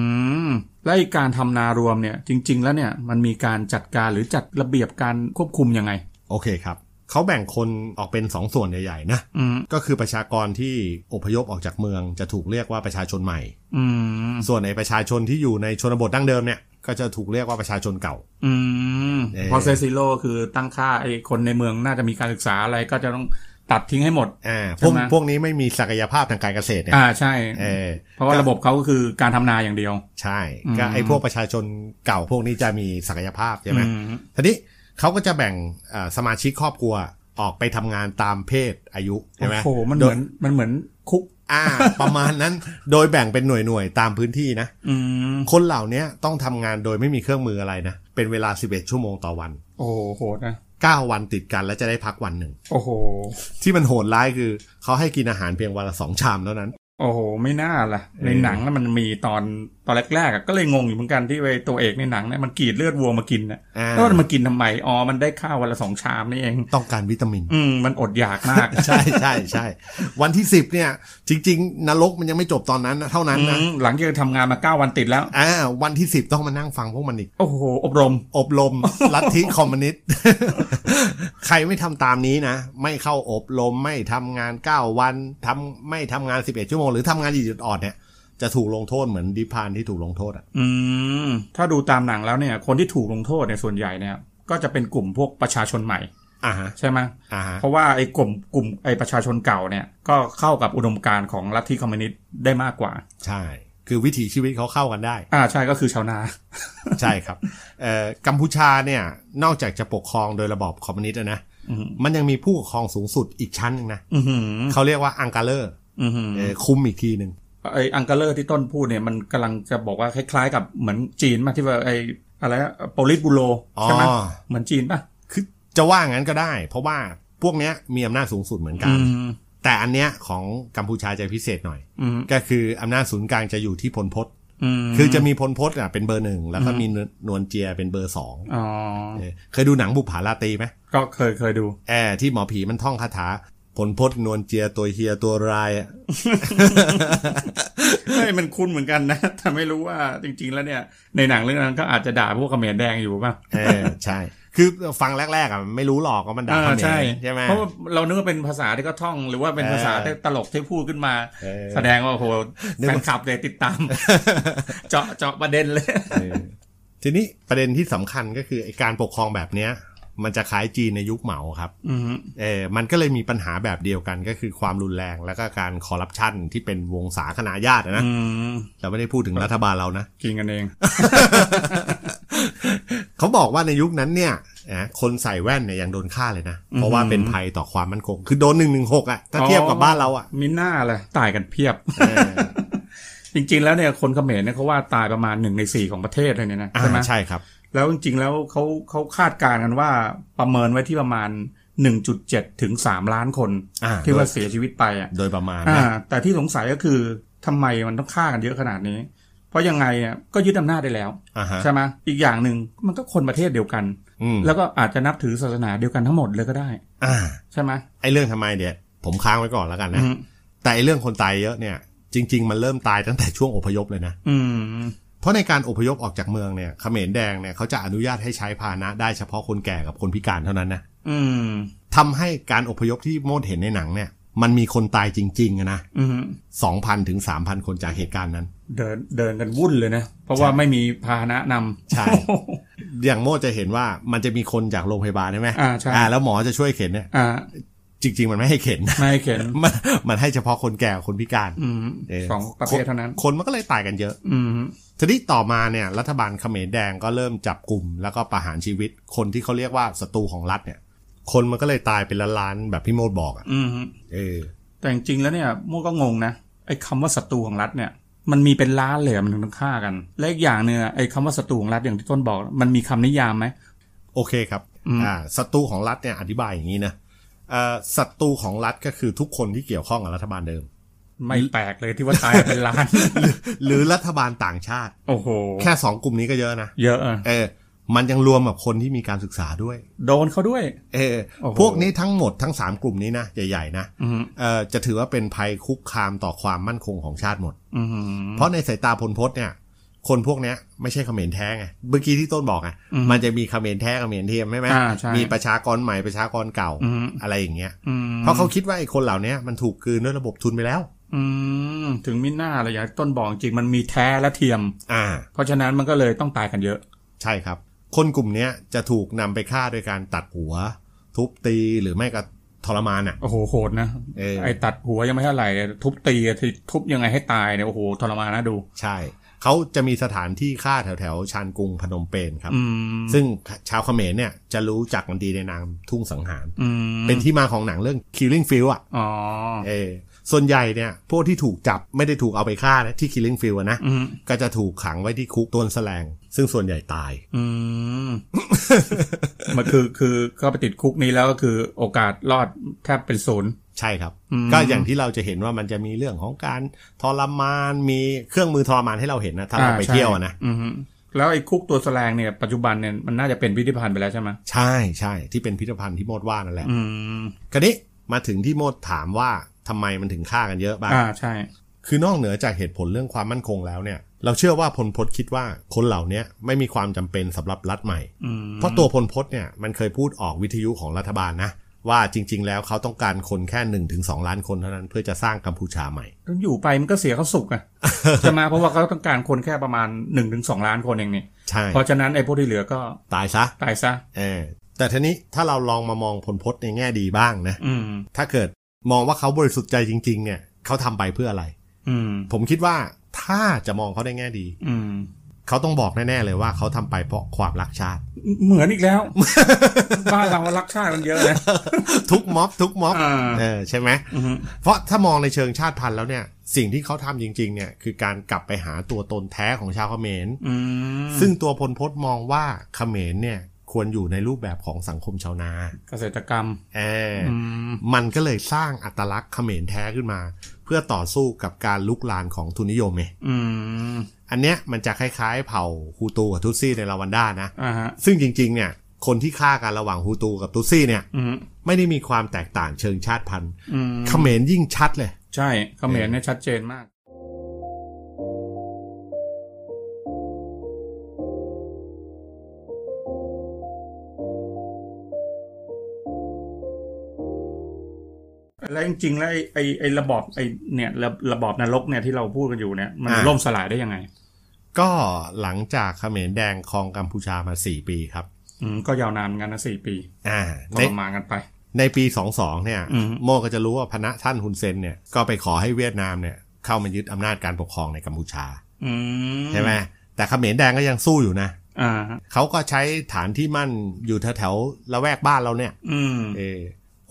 B: มและไอ้การทำนารวมเนี่ย จริง ๆ แล้วเนี่ยมันมีการจัดการหรือจัดระเบียบการควบคุมยังไง
A: โอเคครับ เขาแบ่งคนออกเป็นสองส่วนใหญ่ๆนะ
B: อืม
A: ก็คือประชากรที่อพยพออกจากเมืองจะถูกเรียกว่าประชาชนใหม่
B: อืม
A: ส่วนในประชาชนที่อยู่ในชนบทดั้งเดิมเนี่ยก็จะถูกเรียกว่าประชาชนเก่า
B: อืม
A: เอ่อ
B: พอเซตซีโร่คือตั้งค่าไอ้คนในเมืองน่าจะมีการศึกษาอะไรก็จะต้องตัดทิ้งให้หมด
A: อ่าพวก
B: ใช่ไหม
A: พวกนี้ไม่มีศักยภาพทางการเกษตรเนี่ย
B: อ่าใช่
A: เออ
B: เพราะว่าระบบเขาก็คือการทำนาอย่างเดียว
A: ใช่
B: อืม
A: ก็ไอ้พวกประชาชนเก่าพวกนี้จะมีศักยภาพใช่ไหม
B: อืม
A: ทีนี้เขาก็จะแบ่งเอ่อสมาชิกครอบครัวออกไปทำงานตามเพศอายุใช่ไหม
B: โอ้โหมันเหมือนมันเหมือนคุก
A: อ่า ประมาณนั้น โดยแบ่งเป็นหน่วยหน่วยๆตามพื้นที่นะ
B: อืม
A: คนเหล่านี้ต้องทำงานโดยไม่มีเครื่องมืออะไรนะ เป็นเวลา 11 ชั่วโมงต่อวัน
B: โอ้โหโหดนะ
A: 9 วันติดกันแล้วจะได้พักวันหนึ่ง
B: โอ้โห
A: ที่มันโหดร้ายคือเขาให้กินอาหารเพียงวันละสองชามเท่านั้น
B: โอ้โห ไม่น่าล่ะ ในหนังน่ะมันมีตอนตอนแรกๆอ่ะก็เลยงงอยู่เหมือนกันที่ไอ้ตัวเอกในหนังเนี่ยมันกรีดเลือดวัวมากินนะ
A: อ่า
B: แล้วมันมากินทำไมอ๋อมันได้ข้าววันละสองชามนี่เอง
A: ต้องการวิตามิน
B: อืม มันอดอยากมาก
A: ใช่ใช่ใช่วันที่สิบเนี่ย จริง ๆ นรกมันยังไม่จบตอนนั้นนะเท่านั้นนะ
B: อืมหลังจากทำงานมาเก้าวันติดแล้ว
A: อ่าวันที่สิบต้องมานั่งฟังพวกมันอีก
B: โอ้โห อบรม
A: อบรม ลัทธิคอมมิวนิสต์ ใครไม่ทำตามนี้นะ ไม่เข้าอบรมไม่ทำงาน 9 วันทำไม่ทำงาน 11 ชั่วโมง หรือทำงานจุดอ่อนเนี่ย จะถูกลงโทษเหมือนดิพานที่ถูกลงโทษอ่ะ
B: อืม ถ้าดูตามหนังแล้วเนี่ย คนที่ถูกลงโทษเนี่ยส่วนใหญ่เนี่ย ก็จะเป็นกลุ่มพวกประชาชนใหม่
A: อ่าฮะ
B: ใช่ไหม
A: อ่าฮะ
B: เพราะว่าไอ้กลุ่มกลุ่มไอ้ประชาชนเก่าเนี่ย ก็เข้ากับอุดมการณ์ของลัทธิคอมมิวนิสต์ได้มากกว่า
A: ใช่ คือวิถีชีวิตเขาเข้ากันได้
B: อ่าใช่ก็คือชาวนา
A: ใช่ครับเอ่อกัมพูชาเนี่ย นอกจากจะปกครองโดยระบอบคอมมิวนิสต์แล้วนะ
B: อืม
A: มันยังมีผู้ปกครองสูงสุดอีกชั้นหนึ่งนะ
B: อือหือ
A: เขาเรียกว่าอังการเลอร์
B: อือหือ
A: เอ่อคุมอีกทีหนึ่ง
B: ไออังกาเลอร์ที่ต้นพูดเนี่ยมันกำลังจะบอกว่าคล้ายๆกับเหมือนจีนมากที่ว่าไออะไรโปลิตบูโรใช่ไหม
A: อ๋อ
B: เหมือนจีนป่ะ
A: คือจะว่างั้นก็ได้ เพราะว่าพวกเนี้ยมีอำนาจสูงสุดเหมือนกัน
B: ม
A: แต่อันเนี้ยของกัมพูชาจะพิเศษหน่อย
B: อืม
A: ก็คืออำนาจศูนย์กลางจะอยู่ที่พลพศ
B: อืม
A: คือจะมีพลพศอ่ะเป็นเบอร์หนึ่งแล้วก็มีนวลเจียเป็นเบอร์สอง
B: อ๋อ
A: เออเคยดูหนังบุปผาราตรีไหม
B: ก็เคยเคยดู
A: แอร์ที่หมอผีมันท่องคาถาพลพศนวลเจียตัวเฮียตัวรายอ่ะ
B: เฮ้ยมันคุ้นเหมือนกันนะ แต่ไม่รู้ว่าจริง ๆ แล้วเนี่ย ในหนังเรื่องนั้นก็อาจจะด่าพวกเขมรแดงอยู่ป่ะ
A: เออใช่ คือฟังแรกๆอ่ะไม่รู้หรอกว่ามันด่า
B: อ่า
A: เขมร
B: ใช่
A: ใช่ไหม
B: เพราะว่าเรานึกว่าเป็นภาษาที่เขาท่อง หรือว่าเป็นภาษาที่ตลกที่พูดขึ้นมา
A: เออ
B: แสดงว่าโอ้โห
A: นึก
B: แฟ
A: ว่า
B: นคลับเลยติดต าม เจาะเจาะประเด็นเลย
A: เออทีนี้ประเด็นที่สำคัญก็คือไอ้การปกครองแบบเนี้ย มันจะคล้ายจีนในยุคเหมาครับ
B: อืม
A: เออมันก็เลยมีปัญหาแบบเดียวกันก็คือความรุนแรงแล้วก็การคอร์รัปชันที่เป็นวงสาคณะญาติอะนะ
B: อืม
A: เราไม่ได้พูดถึงรัฐบาลเรานะ
B: กินกันเอง
A: เขาบอกว่าในยุคนั้นเนี่ยนะคนใส่แว่นเนี่ยยังโดนฆ่าเลยนะ เพราะว่าเป็นภัยต่อความมั่นคง คือโดนหนึ่งหนึ่งหกอ่ะ ถ้าเทียบกับบ้านเราอ่ะ
B: มิน่าเลยตายกันเพียบ
A: เออ
B: จริง ๆ แล้วเนี่ยคนเขมรเนี่ยเขาว่าตายประมาณหนึ่งในสี่ของประเทศเลยเนี่ยนะ
A: อ่า
B: ใช่ไหม
A: ใช่ครับ
B: แล้วจริง ๆ แล้วเขาเขาคาดการณ์กันว่าประเมินไว้ที่ประมาณหนึ่งจุดเจ็ดถึงสามล้านคน
A: อ่า
B: ที่ว่าเสียชีวิตไปอ่ะ
A: โดยประมาณ
B: อ่า
A: นะ
B: แต่ที่สงสัยก็คือ ทำไมมันต้องฆ่ากันเยอะขนาดนี้ เพราะยังไงอ่ะก็ยึดอำนาจได้แล้ว
A: อ่าฮะ
B: ใช่ไหมอีกอย่างหนึ่งมันก็คนประเทศเดียวกัน
A: อืม
B: แล้วก็อาจจะนับถือศาสนาเดียวกันทั้งหมดเลยก็ได้
A: อ่า
B: ใช่ไหม
A: ไอเรื่องทำไมเนี่ยผมค้างไว้ก่อนแล้วกัน
B: อื
A: นะ
B: ม
A: แต่ไอ้เรื่องคนตายเยอะเนี่ย จริง ๆ มันเริ่มตายตั้งแต่ช่วงอพยพเลยนะ
B: อืม
A: เพราะในการอพยพออกจากเมืองเนี่ยเขมรแดงเนี่ยเขาจะอนุญาตให้ใช้พาหนะได้เฉพาะคนแก่กับคนพิการเท่านั้นนะ
B: อืม
A: ทำให้การอพยพที่โมดเห็นในหนังเนี่ย มันมีคนตายจริงๆอะนะ
B: อืม
A: สองพันถึงสามพันคนจากเหตุการณ์นั้น
B: เดินเดินกันวุ่นเลยนะ เพราะว่าไม่มีพาหนะนำ
A: ใช่ อย่างโมดจะเห็นว่ามันจะมีคนจากโรงพยาบาลใช่ไหม
B: อ่าใช่
A: แล้วหมอจะช่วยเข็นเนี่ย
B: อ่า
A: จริง ๆ มันไม่ให้เข็นนะ
B: ไม่ให้เข็น
A: มันมันให้เฉพาะคนแก่กับคนพิการ
B: อืม
A: เ
B: สองประเภทเท่านั้น
A: คนมันก็เลยตายกันเยอะ
B: อืม
A: ทีนี้ต่อมาเนี่ยรัฐบาลเขมรแดงก็เริ่มจับกลุ่มแล้วก็ประหารชีวิต คนที่เขาเรียกว่าศัตรูของรัฐเนี่ย คนมันก็เลยตายเป็นล้านๆแบบพี่โมดบอกอะ
B: อืม
A: เออ
B: แต่จริงๆแล้วเนี่ยโม่ก็งงนะไอ้คำว่าศัตรูของรัฐเนี่ย มันมีเป็นล้านเลยอะมันถึงต้องฆ่ากัน และอีกอย่างเนี่ยไอ้คำว่าศัตรูของรัฐอย่างที่ต้นบอก มันมีคำนิยามไหม
A: โอเคครับอ่าศัตรูของรัฐเนี่ยอธิบายอย่างนี้นะเอ่อศัตรูของรัฐก็คือทุกคนที่เกี่ยวข้องกับรัฐบาลเดิม
B: ไม่แปลกเลยที่ว่าตายเป็นล้าน
A: หรือรัฐบาลต่างชาติ
B: โอ้โห
A: แค่สองกลุ่มนี้ก็เยอะนะ
B: เยอะอะ
A: เออมันยังรวมกับคนที่มีการศึกษาด้วย
B: โดนเขาด้วย
A: เออ
B: โอ้โห
A: พวกนี้ทั้งหมดทั้งสามกลุ่มนี้นะใหญ่ๆนะ
B: อืม
A: เอ่อจะถือว่าเป็นภัยคุกคามต่อความมั่นคงของชาติหมด
B: อืม
A: เพราะในสายตาพลพจน์เนี่ย คนพวกเนี้ยไม่ใช่เขมรแท้ไงเมื่อกี้ที่ต้นบอกไง
B: อืม
A: มันจะมีเขมรแท้เขมรเทียมใช่ไหม
B: อ่าใช่
A: มีประชากรใหม่ประชากรเก่า
B: อืม
A: อะไรอย่างเงี้ย
B: อืม
A: เพราะเขาคิดว่าไอ้คนเหล่าเนี้ยมันถูกกลืนด้วยระบบทุนไปแล้ว
B: อืมถึงมิหน้าอะไรอย่างที่ต้นบอกจริงมันมีแท้และเทียม
A: อ่า
B: เพราะฉะนั้นมันก็เลยต้องตายกันเยอะ
A: ใช่ครับ คนกลุ่มเนี้ยจะถูกนำไปฆ่าโดยการตัดหัว ทุบตีหรือไม่ก็ทรมานอ่ะ
B: โอ้โหโหดนะ
A: เออ
B: ไอ้ตัดหัวยังไม่เท่าไหร่ทุบตีอะที่ทุบยังไงให้ตายเนี่ยโอ้โหทรมานนะดู
A: ใช่เขาจะมีสถานที่ฆ่าแถวแถวๆชานกรุงพนมเปญครับ
B: อืม
A: ซึ่งชาวเขมรเนี่ยจะรู้จักมันดีในนามทุ่งสังหาร
B: อืม
A: เป็นที่มาของหนังเรื่อง Killing Field อ่ะ
B: อ๋อ
A: เออส่วนใหญ่เนี่ย พวกที่ถูกจับไม่ได้ถูกเอาไปฆ่านะที่ Killing Field อะนะ
B: อืม
A: ก็จะถูกขังไว้ที่คุกต้นแสลง ซึ่งส่วนใหญ่ตาย
B: อืมมัน คือคือเข้าไปติดคุกนี้แล้วก็คือโอกาสรอดแทบเป็นศูนย์
A: ใช่ครับ
B: อืม
A: ก็อย่างที่เราจะเห็นว่ามันจะมีเรื่องของการทรมานมีเครื่องมือทรมานให้เราเห็นนะถ้าเราไป
B: อ่ใช่
A: เที่ยวอะนะ
B: อืมแล้วไอ้คุกตัวแสลงเนี่ยปัจจุบันเนี่ยมันน่าจะเป็นพิพิธภัณฑ์ไปแล้วใช่ไหม
A: ใช่ใช่ที่เป็นพิพิธภัณฑ์ที่โมดว่านั่นแหละ
B: อืม
A: คราวนี้มาถึงที่โมดถามว่าทำไมมันถึงฆ่ากันเยอะบ้าง
B: อ่าใช่
A: คือนอกเหนือจากเหตุผลเรื่องความมั่นคงแล้วเนี่ย เราเชื่อว่าพลพศคิดว่าคนเหล่าเนี้ยไม่มีความจำเป็นสำหรับรัฐใหม่
B: อืม
A: เพราะตัวพลพศเนี่ยมันเคยพูดออกวิทยุของรัฐบาลนะ ว่าจริง ๆ แล้วเขาต้องการคนแค่1นถึงสล้านคนเท่านั้นเพื่อจะสร้างกัมพูชาใหม่
B: ต้องอยู่ไปมันก็เสียเขาสุกอะ ใช่ไหมเพราะว่าเขาต้องการคนแค่ประมาณหนึ่งถึงสองล้านคนเองนี่
A: ใช่
B: เพราะฉะนั้นไอ้พวกที่เหลือก็
A: ตายซะ
B: ตายซะ
A: เออแต่ทีนี้ถ้าเราลองมามองพลพศในแง่ดีบ้างนะ
B: อืม
A: ถ้าเกิดมองว่าเขาบริสุทธิ์ใจจริง ๆ เนี่ยเขาทำไปเพื่ออะไร
B: อืม
A: ผมคิดว่าถ้าจะมองเขาในแง่ดี
B: อืม
A: เขาต้องบอกแน่ๆเลยว่าเขาทำไปเพราะความรักชาติ
B: เหมือนอีกแล้ว บ้านเรารักชาติมันเยอะนะ
A: ทุกม็อบทุกม็อบ
B: อ่า
A: เออใช่ไหม
B: อืม
A: เพราะถ้ามองในเชิงชาติพันธุ์แล้วเนี่ย สิ่งที่เขาทำจริง ๆ เนี่ยคือการกลับไปหาตัวตนแท้ของชาวเขมร
B: อืม
A: ซึ่งตัวพลพศมองว่าเขมรเนี่ยควรอยู่ในรูปแบบของสังคมชาวนา
B: เกษตรกรรม
A: เออ
B: อืม
A: มันก็เลยสร้างอัตลักษณ์เขมรแท้ขึ้นมา เพื่อต่อสู้กับการลุกลานของทุนนิยมไง
B: อืม
A: อันเนี้ยมันจะคล้ายๆ เผ่าฮูตูกับทุตซี่ในรวันดานะ
B: อ่าฮะ
A: ซึ่งจริง ๆ เนี่ยคนที่ฆ่ากันระหว่างฮูตูกับทุตซี่เนี่ย
B: อืม
A: ไม่ได้มีความแตกต่างเชิงชาติพันธุ์
B: อืม
A: เขมรยิ่งชัดเลย
B: ใช่เขมรเนี่ยชัดเจนมาก แล้วจริงๆ แล้วไอ้ไอ้ไอ้ระบอบไอ้เนี่ยระระบอบนรกเนี่ยที่เราพูดกันอยู่เนี่ย มัน
A: อ่า
B: ล่มสลายได้ยังไง
A: ก็หลังจากเขมรแดงครองกัมพูชามา 4 ปีครับ
B: อืมก็ยาวนานเหมือนกันนะสี่ปี
A: อ่า
B: ท
A: ใน
B: รมานกันไป
A: ในปี 22 เนี่ย
B: อืม
A: โมก็จะรู้ว่าพนะท่านฮุนเซนเนี่ย ก็ไปขอให้เวียดนามเนี่ย เข้ามายึดอำนาจการปกครองในกัมพูชา
B: อืม
A: ใช่ไหมแต่เขมรแดงก็ยังสู้อยู่นะ
B: อ่า
A: เขาก็ใช้ฐานที่มั่นอยู่แถวๆละแวกบ้านเราเนี่ย
B: อืม
A: เออ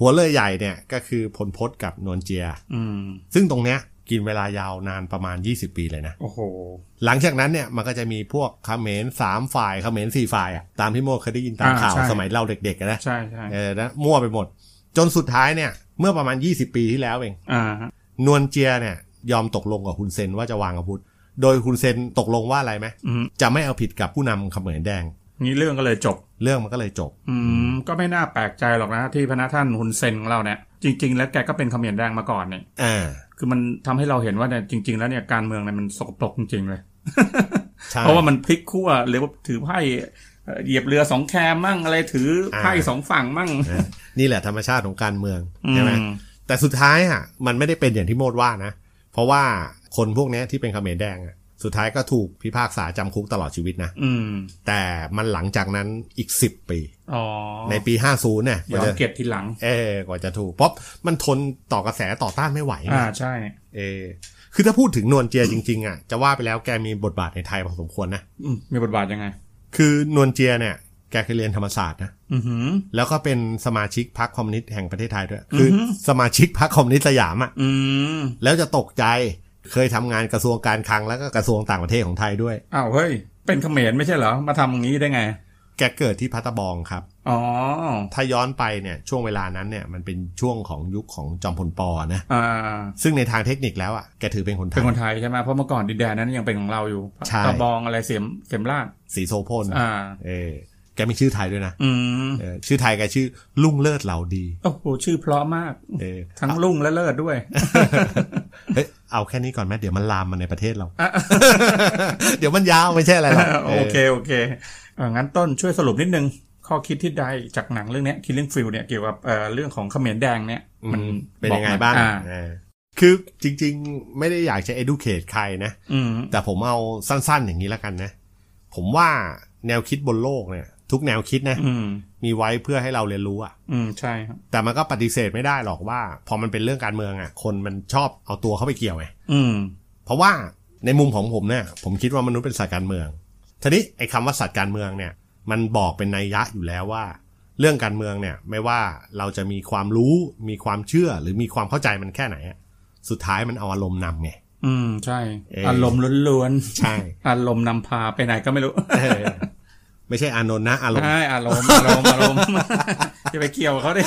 A: หัวเรือใหญ่เนี่ยก็คือพลพศกับนวลเจีย
B: อืม
A: ซึ่งตรงเนี้ยกินเวลายาวนานประมาณ 20 ปีเลยนะ
B: โอ้โห
A: หลังจากนั้นเนี่ยมันก็จะมีพวกเขมรสามฝ่ายเขมรสี่ฝ่ายอ่ะตามที่โมเคยได้ยินตาม
B: อ่า
A: ข่าว
B: ใช่
A: สมัยเราเด็กๆอะนะ
B: ใช่ใช่
A: เออนะมั่วไปหมด จนสุดท้ายเนี่ย เมื่อประมาณ 20 ปีที่แล้วเอง
B: อ่า
A: นวลเจียเนี่ย ยอมตกลงกับฮุนเซนว่าจะวางอาวุธ โดยฮุนเซนตกลงว่าอะไรไหม
B: อืม
A: จะไม่เอาผิดกับผู้นำเขมรแดง
B: นี่เรื่องก็เลยจบ
A: เรื่องมันก็เลยจบ
B: อืมก็ไม่น่าแปลกใจหรอกนะที่พระนะท่านฮุนเซนของเราเนี่ยจริง ๆ แล้วแกก็เป็นเขมรแดงมาก่อนเนี่ย
A: อ่า
B: คือมันทำให้เราเห็นว่าเนี่ยจริง ๆ แล้วเนี่ยการเมืองเนี่ยมันสกปรกจริง ๆ เลย
A: ใช่
B: เพราะว่ามันพลิกขั้วหรือว่าถือไพ่เอ่อเหยียบเรือสองแคมมั่งอะไรถือไพ่
A: อ่า
B: สองฝั่งมั่ง
A: นะนี่แหละธรรมชาติของการเมือง
B: อื
A: ใช่ไหม
B: ม
A: แต่สุดท้ายอ่ะมันไม่ได้เป็นอย่างที่โมดว่านะ เพราะว่าคนพวกเนี้ยที่เป็นเขมรแดงอ่ะสุดท้ายก็ถูกพิพากษาจำคุกตลอดชีวิตนะ
B: อืม
A: แต่มันหลังจากนั้นอีก 10 ปี
B: อ๋อ
A: ในปี 50เนี่ยก
B: ย
A: ว่า
B: อม
A: จะ
B: เก็บทีหลัง
A: เออกว่าจะถูกเพราะมันทนต่อกระแสต่อต้านไม่ไหว
B: อ่า
A: นะ
B: ใช่
A: เออคือถ้าพูดถึงนวลเจียจริง ๆ อ่ะ จะว่าไปแล้วแกมีบทบาทในไทยพอสมควรนะ
B: อืมมีบทบาทยังไง
A: คือนวลเจียเนี่ยแกเคยเรียนธรรมศาสตร์นะ
B: อือหือ
A: แล้วก็เป็นสมาชิกพรรคคอมมิวนิสต์แห่งประเทศไทยด้วย คืออสมาชิกพรรคคอมมิวนิสต์สยามอ่ะ
B: อืม
A: แล้วจะตกใจเคยทำงานกระทรวงการคลังแล้วก็กระทรวงต่างประเทศของไทยด้วย
B: อ้าวเฮ้ย เป็นเขมรไม่ใช่เหรอ มาทำอย่างนี้ได้ไง
A: แกเกิดที่พัตตาบองครับ
B: อ๋อ
A: ถ้าย้อนไปเนี่ยช่วงเวลานั้นเนี่ยมันเป็นช่วงของยุคของจอมพลปอนะ
B: อ่า
A: ซึ่งในทางเทคนิคแล้วอ่ะแกถือเป็นคนไท
B: เป็
A: ย
B: นคนไทยใช่ไหมเพราะเมื่อก่อนดินแดนนั้นยังเป็นของเราอยู่
A: ใช่
B: ตะบองอะไรเสียมเข็มราด
A: สีโซพล
B: อ่า
A: เออแกมีชื่อไทยด้วยนะ
B: อืม
A: เออชื่อไทยแกชื่อลุ่งเลิศเหล่าดี
B: โอ้โหชื่อเพราะมาก
A: เออ
B: ทั้งลุ่งและเลิศด้วย
A: เฮ้ยเอาแค่นี้ก่อนแม่เดี๋ยวมันลามมาในประเทศเรา
B: อ่ะ
A: เดี๋ยวมันยาวไม่ใช่อะไรหรอก
B: โอเค โอเคเอ่องั้นต้นช่วยสรุปนิดนึง ข้อคิดที่ได้จากหนังเรื่องเนี้คิลลิ่งฟิลเนี่ยเกี่ยวกับเอ่อเรื่องของเขมรแดงเนี่ย
A: มันเป็นยังไงบ้าง
B: อ่
A: เออคือจริงๆไม่ได้อยากจะ educate ใครนะ
B: อืม
A: แต่ผมเอาสั้นๆอย่างนี้แล้วกันนะ ผมว่าแนวคิดบนโลกเนี่ย ทุกแนวคิดนะ
B: อืม
A: มีไว้เพื่อให้เราเรียนรู้อะ
B: อืมใช่ครับ
A: แต่มันก็ปฏิเสธไม่ได้หรอกว่า พอมันเป็นเรื่องการเมืองอะคนมันชอบเอาตัวเข้าไปเกี่ยวไง
B: อืม
A: เพราะว่าในมุมของผมเนี่ย ผมคิดว่ามนุษย์เป็นสัตว์การเมืองทีนี้ไอ้คำว่าสัตว์การเมืองเนี่ย มันบอกเป็นนัยยะอยู่แล้วว่า เรื่องการเมืองเนี่ย ไม่ว่าเราจะมีความรู้มีความเชื่อหรือมีความเข้าใจมันแค่ไหนอะสุดท้ายมันเอาอารมณ์นำไง
B: อืมใช่
A: เอ่ออ
B: อารมณ์ล้วน
A: ใช่
B: ๆอารมณ์นำพาไปไหนก็ไม่รู้
A: เออ ไม่ใช่อานนท์นะอารมณ์
B: ใช่อารมณ์อารมณ์อารมณ์ จะไปเกี่ยวกับเขาได้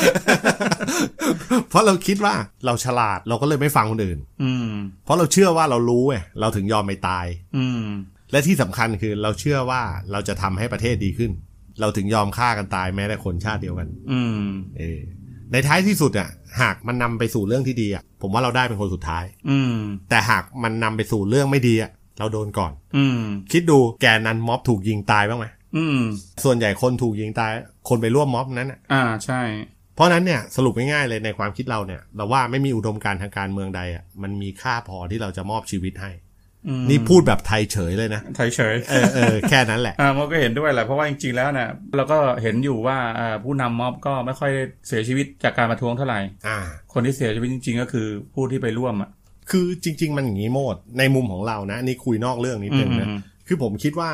A: เพราะเราคิดว่าเราฉลาดเราก็เลยไม่ฟังคนอื่น
B: อืม
A: เพราะเราเชื่อว่าเรารู้ไงเราถึงยอมไปตาย
B: อืม
A: และที่สำคัญคือเราเชื่อว่าเราจะทำให้ประเทศดีขึ้น เราถึงยอมฆ่ากันตายแม้แต่คนชาติเดียวกัน
B: อืม
A: เออในท้ายที่สุดอ่ะหากมันนำไปสู่เรื่องที่ดีอ่ะผมว่าเราได้เป็นคนสุดท้าย
B: อืม
A: แต่หากมันนำไปสู่เรื่องไม่ดีอ่ะเราโดนก่อน
B: อืม
A: คิดดูแกนนันม็อบถูกยิงตายบ้างไหม
B: อืม
A: ส่วนใหญ่คนถูกยิงตาย คนไปร่วมม็อบนั้นอ่ะ
B: อ่าใช่
A: เพราะฉะนั้นเนี่ยสรุปง่ายๆเลยในความคิดเราเนี่ยเราว่าไม่มีอุดมการณ์ทางการเมืองใดอ่ะมันมีค่าพอที่เราจะมอบชีวิตให้
B: อืม
A: นี่พูดแบบไทยเฉยเลยนะ
B: ไทยเฉย
A: เออเออแค่นั้นแหละ
B: อ่ามันก็เห็นด้วยแหละเพราะว่าจริงๆแล้วเนี่ยเราก็เห็นอยู่ว่าอ่าผู้นำม็อบก็ไม่ค่อยเสียชีวิตจากการประท้วงเท่าไหร่
A: อ่า
B: คนที่เสียชีวิตจริง ๆ ก็คือผู้ที่ไปร่วมอ่ะ
A: คือจริง ๆ มันอย่างนี้โมด ในมุมของเรานะ นี่คุยนอกเรื่องนิดนึงนะ
B: อืม
A: คือผมคิดว่า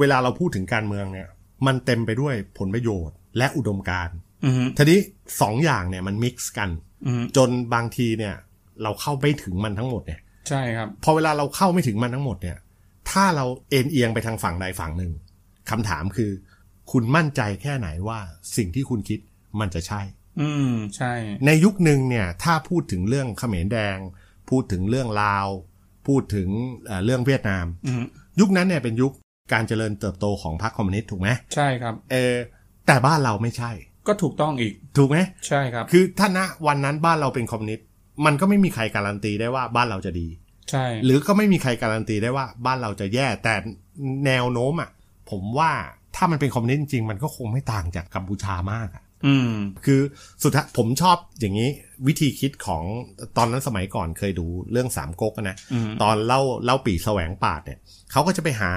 A: เวลาเราพูดถึงการเมืองเนี่ย มันเต็มไปด้วยผลประโยชน์ และอุดมการณ์
B: อืม
A: ทีนี้สองอย่างเนี่ยมันมิกซ์กัน
B: อืม
A: จนบางทีเนี่ย เราเข้าไม่ถึงมันทั้งหมดเนี่ย
B: ใช่ครับ
A: พอเวลาเราเข้าไม่ถึงมันทั้งหมดเนี่ย ถ้าเราเอ็นเอียงไปทางฝั่งใดฝั่งหนึ่งคำถามคือ คุณมั่นใจแค่ไหนว่าสิ่งที่คุณคิดมันจะใช่
B: อืมใช่
A: ในยุคหนึ่งเนี่ยถ้าพูดถึงเรื่องเขมรแดง พูดถึงเรื่องลาว พูดถึงเอ่อเรื่องเวียดนาม
B: อืม
A: ยุคนั้นเนี่ยเป็นยุคการเจริญเติบโตของพรรคคอมมิวนิสต์ถูกไหม
B: ใช่ครับ
A: เออแต่บ้านเราไม่ใช่
B: ก็ถูกต้องอีก
A: ถูกไหม
B: ใช่ครับ
A: คือถ้าณวันนั้นบ้านเราเป็นคอมมิวนิสต์มันก็ไม่มีใครการันตีได้ว่าบ้านเราจะดี
B: ใช่
A: หรือก็ไม่มีใครการันตีได้ว่าบ้านเราจะแย่แต่แนวโน้มอ่ะผมว่าถ้ามันเป็นคอมมิวนิสต์จริงๆมันก็คงไม่ต่างจากกัมพูชามากอะ
B: อืม
A: คือสุดท้ายผมชอบอย่างนี้วิธีคิดของตอนนั้นสมัยก่อนเคยดูเรื่องสามก๊กอะนะ
B: อืม
A: ตอนเล่าเล่าปีแสวงปาดเนี่ยเขาก็จะไปหา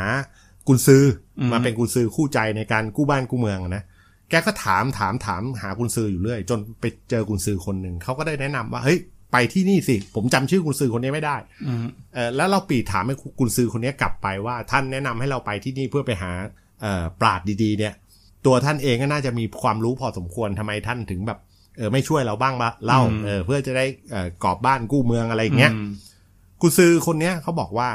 A: กุนซืออ
B: ม
A: มาเป็นกุนซือคู่ใจในการกู้บ้านกู้เมืองอะนะแกก็ถามถามถามหากุนซืออยู่เรื่อย จนไปเจอกุนซือคนหนึ่งเขาก็ได้แนะนำว่าเฮ้ยไปที่นี่สิ ผมจำชื่อกุนซือคนนี้ไม่ได้
B: อืม
A: เออแล้วเราปีถามให้กุนซือคนนี้กลับไปว่า ท่านแนะนำให้เราไปที่นี่เพื่อไปหาเอ่อปราดดีๆเนี่ย ตัวท่านเองก็น่าจะมีความรู้พอสมควรทำไมท่านถึงแบบเออไม่ช่วยเราบ้างละเล่าเออเพื่อจะได้เออกอบบ้านกู้เมืองอะไรอย่างเงี้ย
B: อืม
A: กุซือคนเนี้ยเขาบอกว่า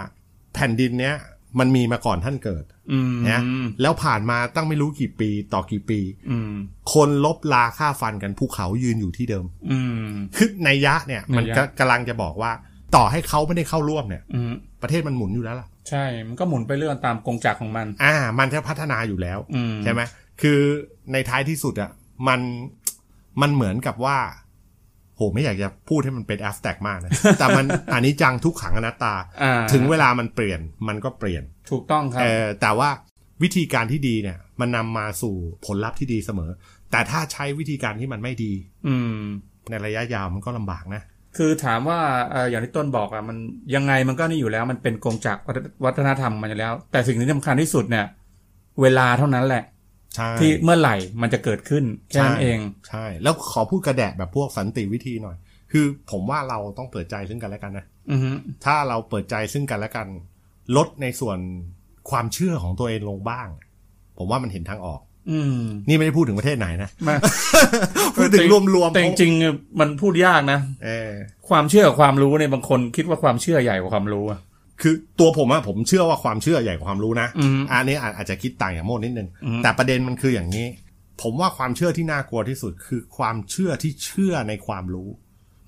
A: แผ่นดินเนี้ยมันมีมาก่อนท่านเกิด
B: อืม
A: นะแล้วผ่านมาตั้งไม่รู้กี่ปีต่อกี่ปี
B: อืม
A: คนลบลาฆ่าฟันกันภูเขายืนอยู่ที่เดิม
B: อืม
A: คือในยยะเนี่ยมัน
B: นัยยะ
A: กกำลังจะบอกว่า ต่อให้เขาไม่ได้เข้าร่วมเนี่ย
B: อืม
A: ประเทศมันหมุนอยู่แล้วล่ะ
B: ใช่มันก็หมุนไปเรื่องตามกงจักรของมัน
A: อ่า มันจะพัฒนาอยู่แล้ว
B: อืม
A: ใช่ไหมคือในท้ายที่สุดอะมัน มันเหมือนกับว่า โห ไม่อยากจะพูดให้มันเป็นแอฟแตกมากนะ แต่มันอันนี้จังทุกขังอนัตตา
B: อ่า
A: ถึงเวลามันเปลี่ยน มันก็เปลี่ยน
B: ถูกต้องครับ
A: เออแต่ว่าวิธีการที่ดีเนี่ย มันนำมาสู่ผลลัพธ์ที่ดีเสมอ แต่ถ้าใช้วิธีการที่มันไม่ดี
B: อืม
A: ในระยะยาวมันก็ลำบากนะ
B: คือถามว่าเอ่ออย่างที่ต้นบอกอะมันยังไงมันก็นี่อยู่แล้วมันเป็นกงจักรวัฒวัฒนธรรมมันอยู่แล้ว แต่สิ่งที่สำคัญที่สุดเนี่ย เวลาเท่านั้นแหละ
A: ใช่
B: ที่เมื่อไหร่มันจะเกิดขึ้นแค่นั้นเอง
A: ใช่ แล้วขอพูดกระแดะแบบพวกสันติวิธีหน่อย คือผมว่าเราต้องเปิดใจซึ่งกันและกันนะ
B: อือฮึ
A: ถ้าเราเปิดใจซึ่งกันและกัน ลดในส่วนความเชื่อของตัวเองลงบ้าง ผมว่ามันเห็นทางออก
B: อืม
A: นี่ไม่ได้พูดถึงประเทศไหน นะ
B: มา
A: พูดถึงรวมๆ
B: แต่จริงๆมันพูดยากนะ
A: เออ
B: ความเชื่อกับความรู้เนี่ยบางคนคิดว่าความเชื่อใหญ่กว่าความรู้อะ
A: คือตัวผมอะผมเชื่อว่าความเชื่อใหญ่กว่าความรู้นะ
B: อืม
A: อันนี้อาจอาจจะคิดต่างอย่างโมดนิดนึง
B: อืม
A: แต่ประเด็นมันคืออย่างนี้ ผมว่าความเชื่อที่น่ากลัวที่สุดคือความเชื่อที่เชื่อในความรู้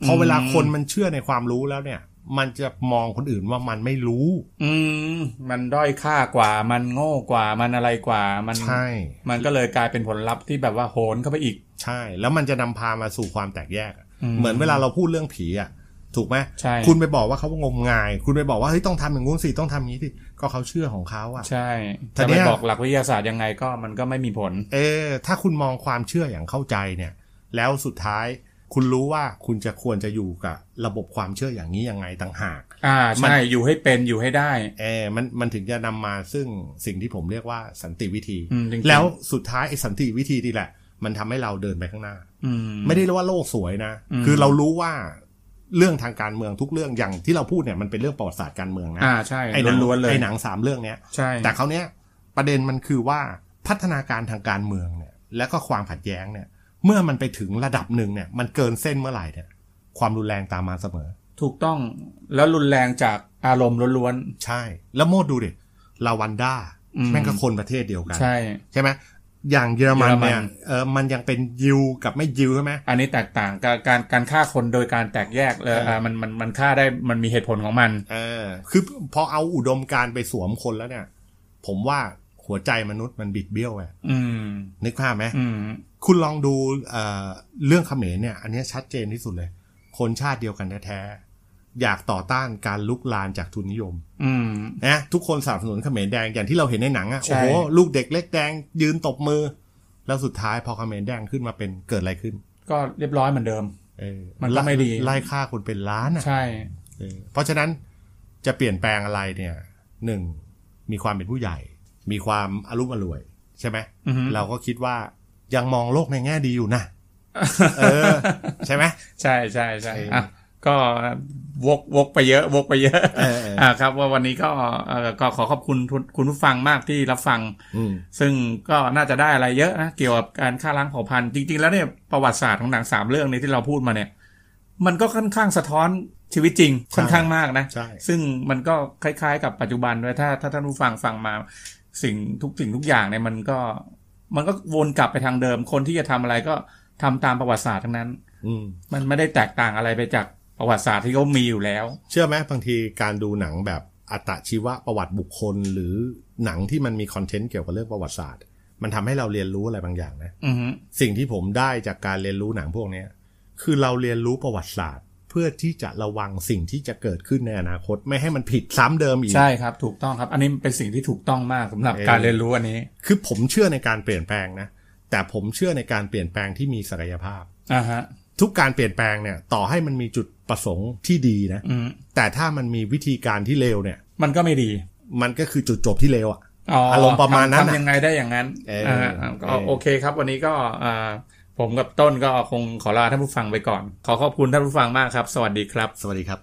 A: พอเวลาคนมันเชื่อในความรู้แล้วเนี่ย มันจะมองคนอื่นว่ามันไม่รู้
B: อืม มันด้อยค่ากว่า มันโง่กว่า มันอะไรกว่า มัน
A: ใช่
B: มันก็เลยกลายเป็นผลลัพธ์ที่แบบว่าโหนเข้าไปอีก
A: ใช่ แล้วมันจะนำพามาสู่ความแตกแยกอะ
B: อืม
A: เหมือนเวลาเราพูดเรื่องผีอ่ะ ถูกไหม
B: ใช่
A: คุณไปบอกว่าเขางมงาย คุณไปบอกว่าเฮ้ยต้องทำอย่างงู้นสิต้องทำอย่างนี้สิก็เขาเชื่อของเขาอ่ะ
B: ใช่
A: แต่
B: ถ้า
A: เนี่
B: ไม่
A: ย
B: บอกหลักวิทยาศาสตร์ยังไงก็มันก็ไม่มีผล
A: เออ ถ้าคุณมองความเชื่ออย่างเข้าใจเนี่ย แล้วสุดท้าย คุณรู้ว่าคุณจะควรจะอยู่กับระบบความเชื่ออย่างนี้ยังไงต่างหาก
B: อ่า
A: มัน
B: ใช่อยู่ให้เป็นอยู่ให้ได้
A: เออมันมันถึงจะนำมาซึ่งสิ่งที่ผมเรียกว่าสันติวิธี
B: อืมจริงๆ
A: แล้วสุดท้ายไอ้สันติวิธีนี่แหละ มันทำให้เราเดินไปข้างหน้า
B: อืม
A: ไม่ได้ว่าโลกสวยนะ
B: อืม
A: คือเรารู้ว่าเรื่องทางการเมืองทุกเรื่องอย่างที่เราพูดเนี่ยมันเป็นเรื่องประวัติศาสตร์การเมืองนะ
B: อ่าใช่
A: ไอ้หนัง
B: ล้วนๆเลย
A: ไอ้หนังสามเรื่องเนี้ย
B: ใช่
A: แต่เขาวเนี้ยประเด็นมันคือว่าพัฒนาการทางการเมืองเนี่ย และก็ความขัดแย้งเนี่ย เมื่อมันไปถึงระดับหนึ่งเนี่ย มันเกินเส้นเมื่อไหร่เนี่ย ความรุนแรงตามมาเสมอ
B: ถูกต้องแล้วรุนแรงจากอารมณ์ล้วน
A: ใช่ แล้วโมดดูดิลาวันด้า
B: อืม
A: แม่งก็คนประเทศเดียวกัน
B: ๆ ใช่
A: ใช่ไหมอย่างเยอรมันเนี่ย
B: เยอรมัน
A: เออมันยังเป็นยิวกับไม่ยิวใช่ไหม
B: อันนี้แตกต่างการการการฆ่าคนโดยการแตกแยกเลย
A: เอออ่
B: อ่ามันมันมันฆ่าได้มันมีเหตุผลของมัน
A: เออคือพอเอาอุดมการณ์ไปสวมคนแล้วเนี่ย ผมว่าหัวใจมนุษย์มันบิดเบี้ยวอะ
B: อืม
A: นึกภาพไหม
B: อืม
A: คุณลองดูเอ่อเรื่องเขมรเนี่ย อันเนี้ยชัดเจนที่สุดเลย คนชาติเดียวกันแท้ๆอยากต่อต้านการลุกลานจากทุนนิยม
B: อืม
A: นะทุกคนสนับสนุนเขมรแดงอย่างที่เราเห็นในหนังอะ
B: ใช่
A: โอ้โหลูกเด็กเล็กแดงยืนตบมือ แล้วสุดท้ายพอเขมรแดงขึ้นมาเป็นเกิดอะไรขึ้น
B: ก็เรียบร้อยเหมือนเดิม
A: เออ
B: มันก็ไม่ดี
A: ไล่ฆ่าคนเป็นล้านอะ
B: ใช่
A: เออเพราะฉะนั้นจะเปลี่ยนแปลงอะไรเนี่ยหนึ่งมีความเป็นผู้ใหญ่ มีความอารมณ์อร่วย ใช่ไหม
B: อือฮึ
A: เราก็คิดว่ายังมองโลกในแง่ดีอยู่นะเออ ใช่ไหม
B: ใช่ใช่ใช่
A: ใช่
B: อ่ะก็วกวกไปเยอะ วกไปเยอะ
A: เออเอออ่
B: อ่าครับ ว่าวันนี้ก็เอ่อก็ขอขอบคุณทุกคุณผู้ฟังมากที่รับฟัง
A: อืม
B: ซึ่งก็น่าจะได้อะไรเยอะนะเกี่ยวกับการฆ่าล้างเผ่าพันธุ์จริง ๆ แล้วเนี่ยประวัติศาสตร์ของหนังสามเรื่องนี้ที่เราพูดมาเนี่ย มันก็ค่อนข้างสะท้อนชีวิตจริงค่อนข้างมากนะ
A: ใช่
B: ซึ่งมันก็คล้าย ๆ กับปัจจุบันด้วยถ้าถ้าท่านผู้ฟังฟังมา สิ่งทุกสิ่งทุกอย่างเนี่ยมันก็มันก็วนกลับไปทางเดิม คนที่จะทำอะไรก็ทำตามประวัติศาสตร์ทั้งนั้น
A: อืม
B: มันไม่ได้แตกต่างอะไรไปจากประวัติศาสตร์ที่เขามีอยู่แล้ว
A: เชื่อไหมบางทีการดูหนังแบบอัตชีวประวัติบุคคล หรือหนังที่มันมีคอนเทนต์เกี่ยวกับเรื่องประวัติศาสตร์ มันทำให้เราเรียนรู้อะไรบางอย่างนะ
B: อือฮึ
A: สิ่งที่ผมได้จากการเรียนรู้หนังพวกเนี้ยคือเราเรียนรู้ประวัติศาสตร์ เพื่อที่จะระวังสิ่งที่จะเกิดขึ้นในอนาคต ไม่ให้มันผิดซ้ำเดิมอีก
B: ใช่ครับ ถูกต้องครับ อันนี้เป็นสิ่งที่ถูกต้องมากสำหรับ
A: เออ
B: การเรียนรู้อันนี้
A: คือผมเชื่อในการเปลี่ยนแปลงนะ แต่ผมเชื่อในการเปลี่ยนแปลงที่มีศักยภาพ
B: อ่าฮะ
A: ทุกการเปลี่ยนแปลงเนี่ยต่อให้มันมีจุดประสงค์ที่ดีนะ
B: อืม
A: แต่ถ้ามันมีวิธีการที่เลวเนี่ย
B: มันก็ไม่ดี
A: มันก็คือจุดจบที่เลวอะ
B: อ๋ออ
A: ารมณ์ประมาณนั้นน่ะ
B: ทำทำยังไงได้อย่างนั้น
A: เออ
B: เออก็
A: เออ
B: โอเคครับ วันนี้ก็อ่าผมกับต้นก็คงขอลาท่านผู้ฟังไปก่อน ขอขอบคุณท่านผู้ฟังมากครับ สวัสดีครับ
A: สวัสดีครับ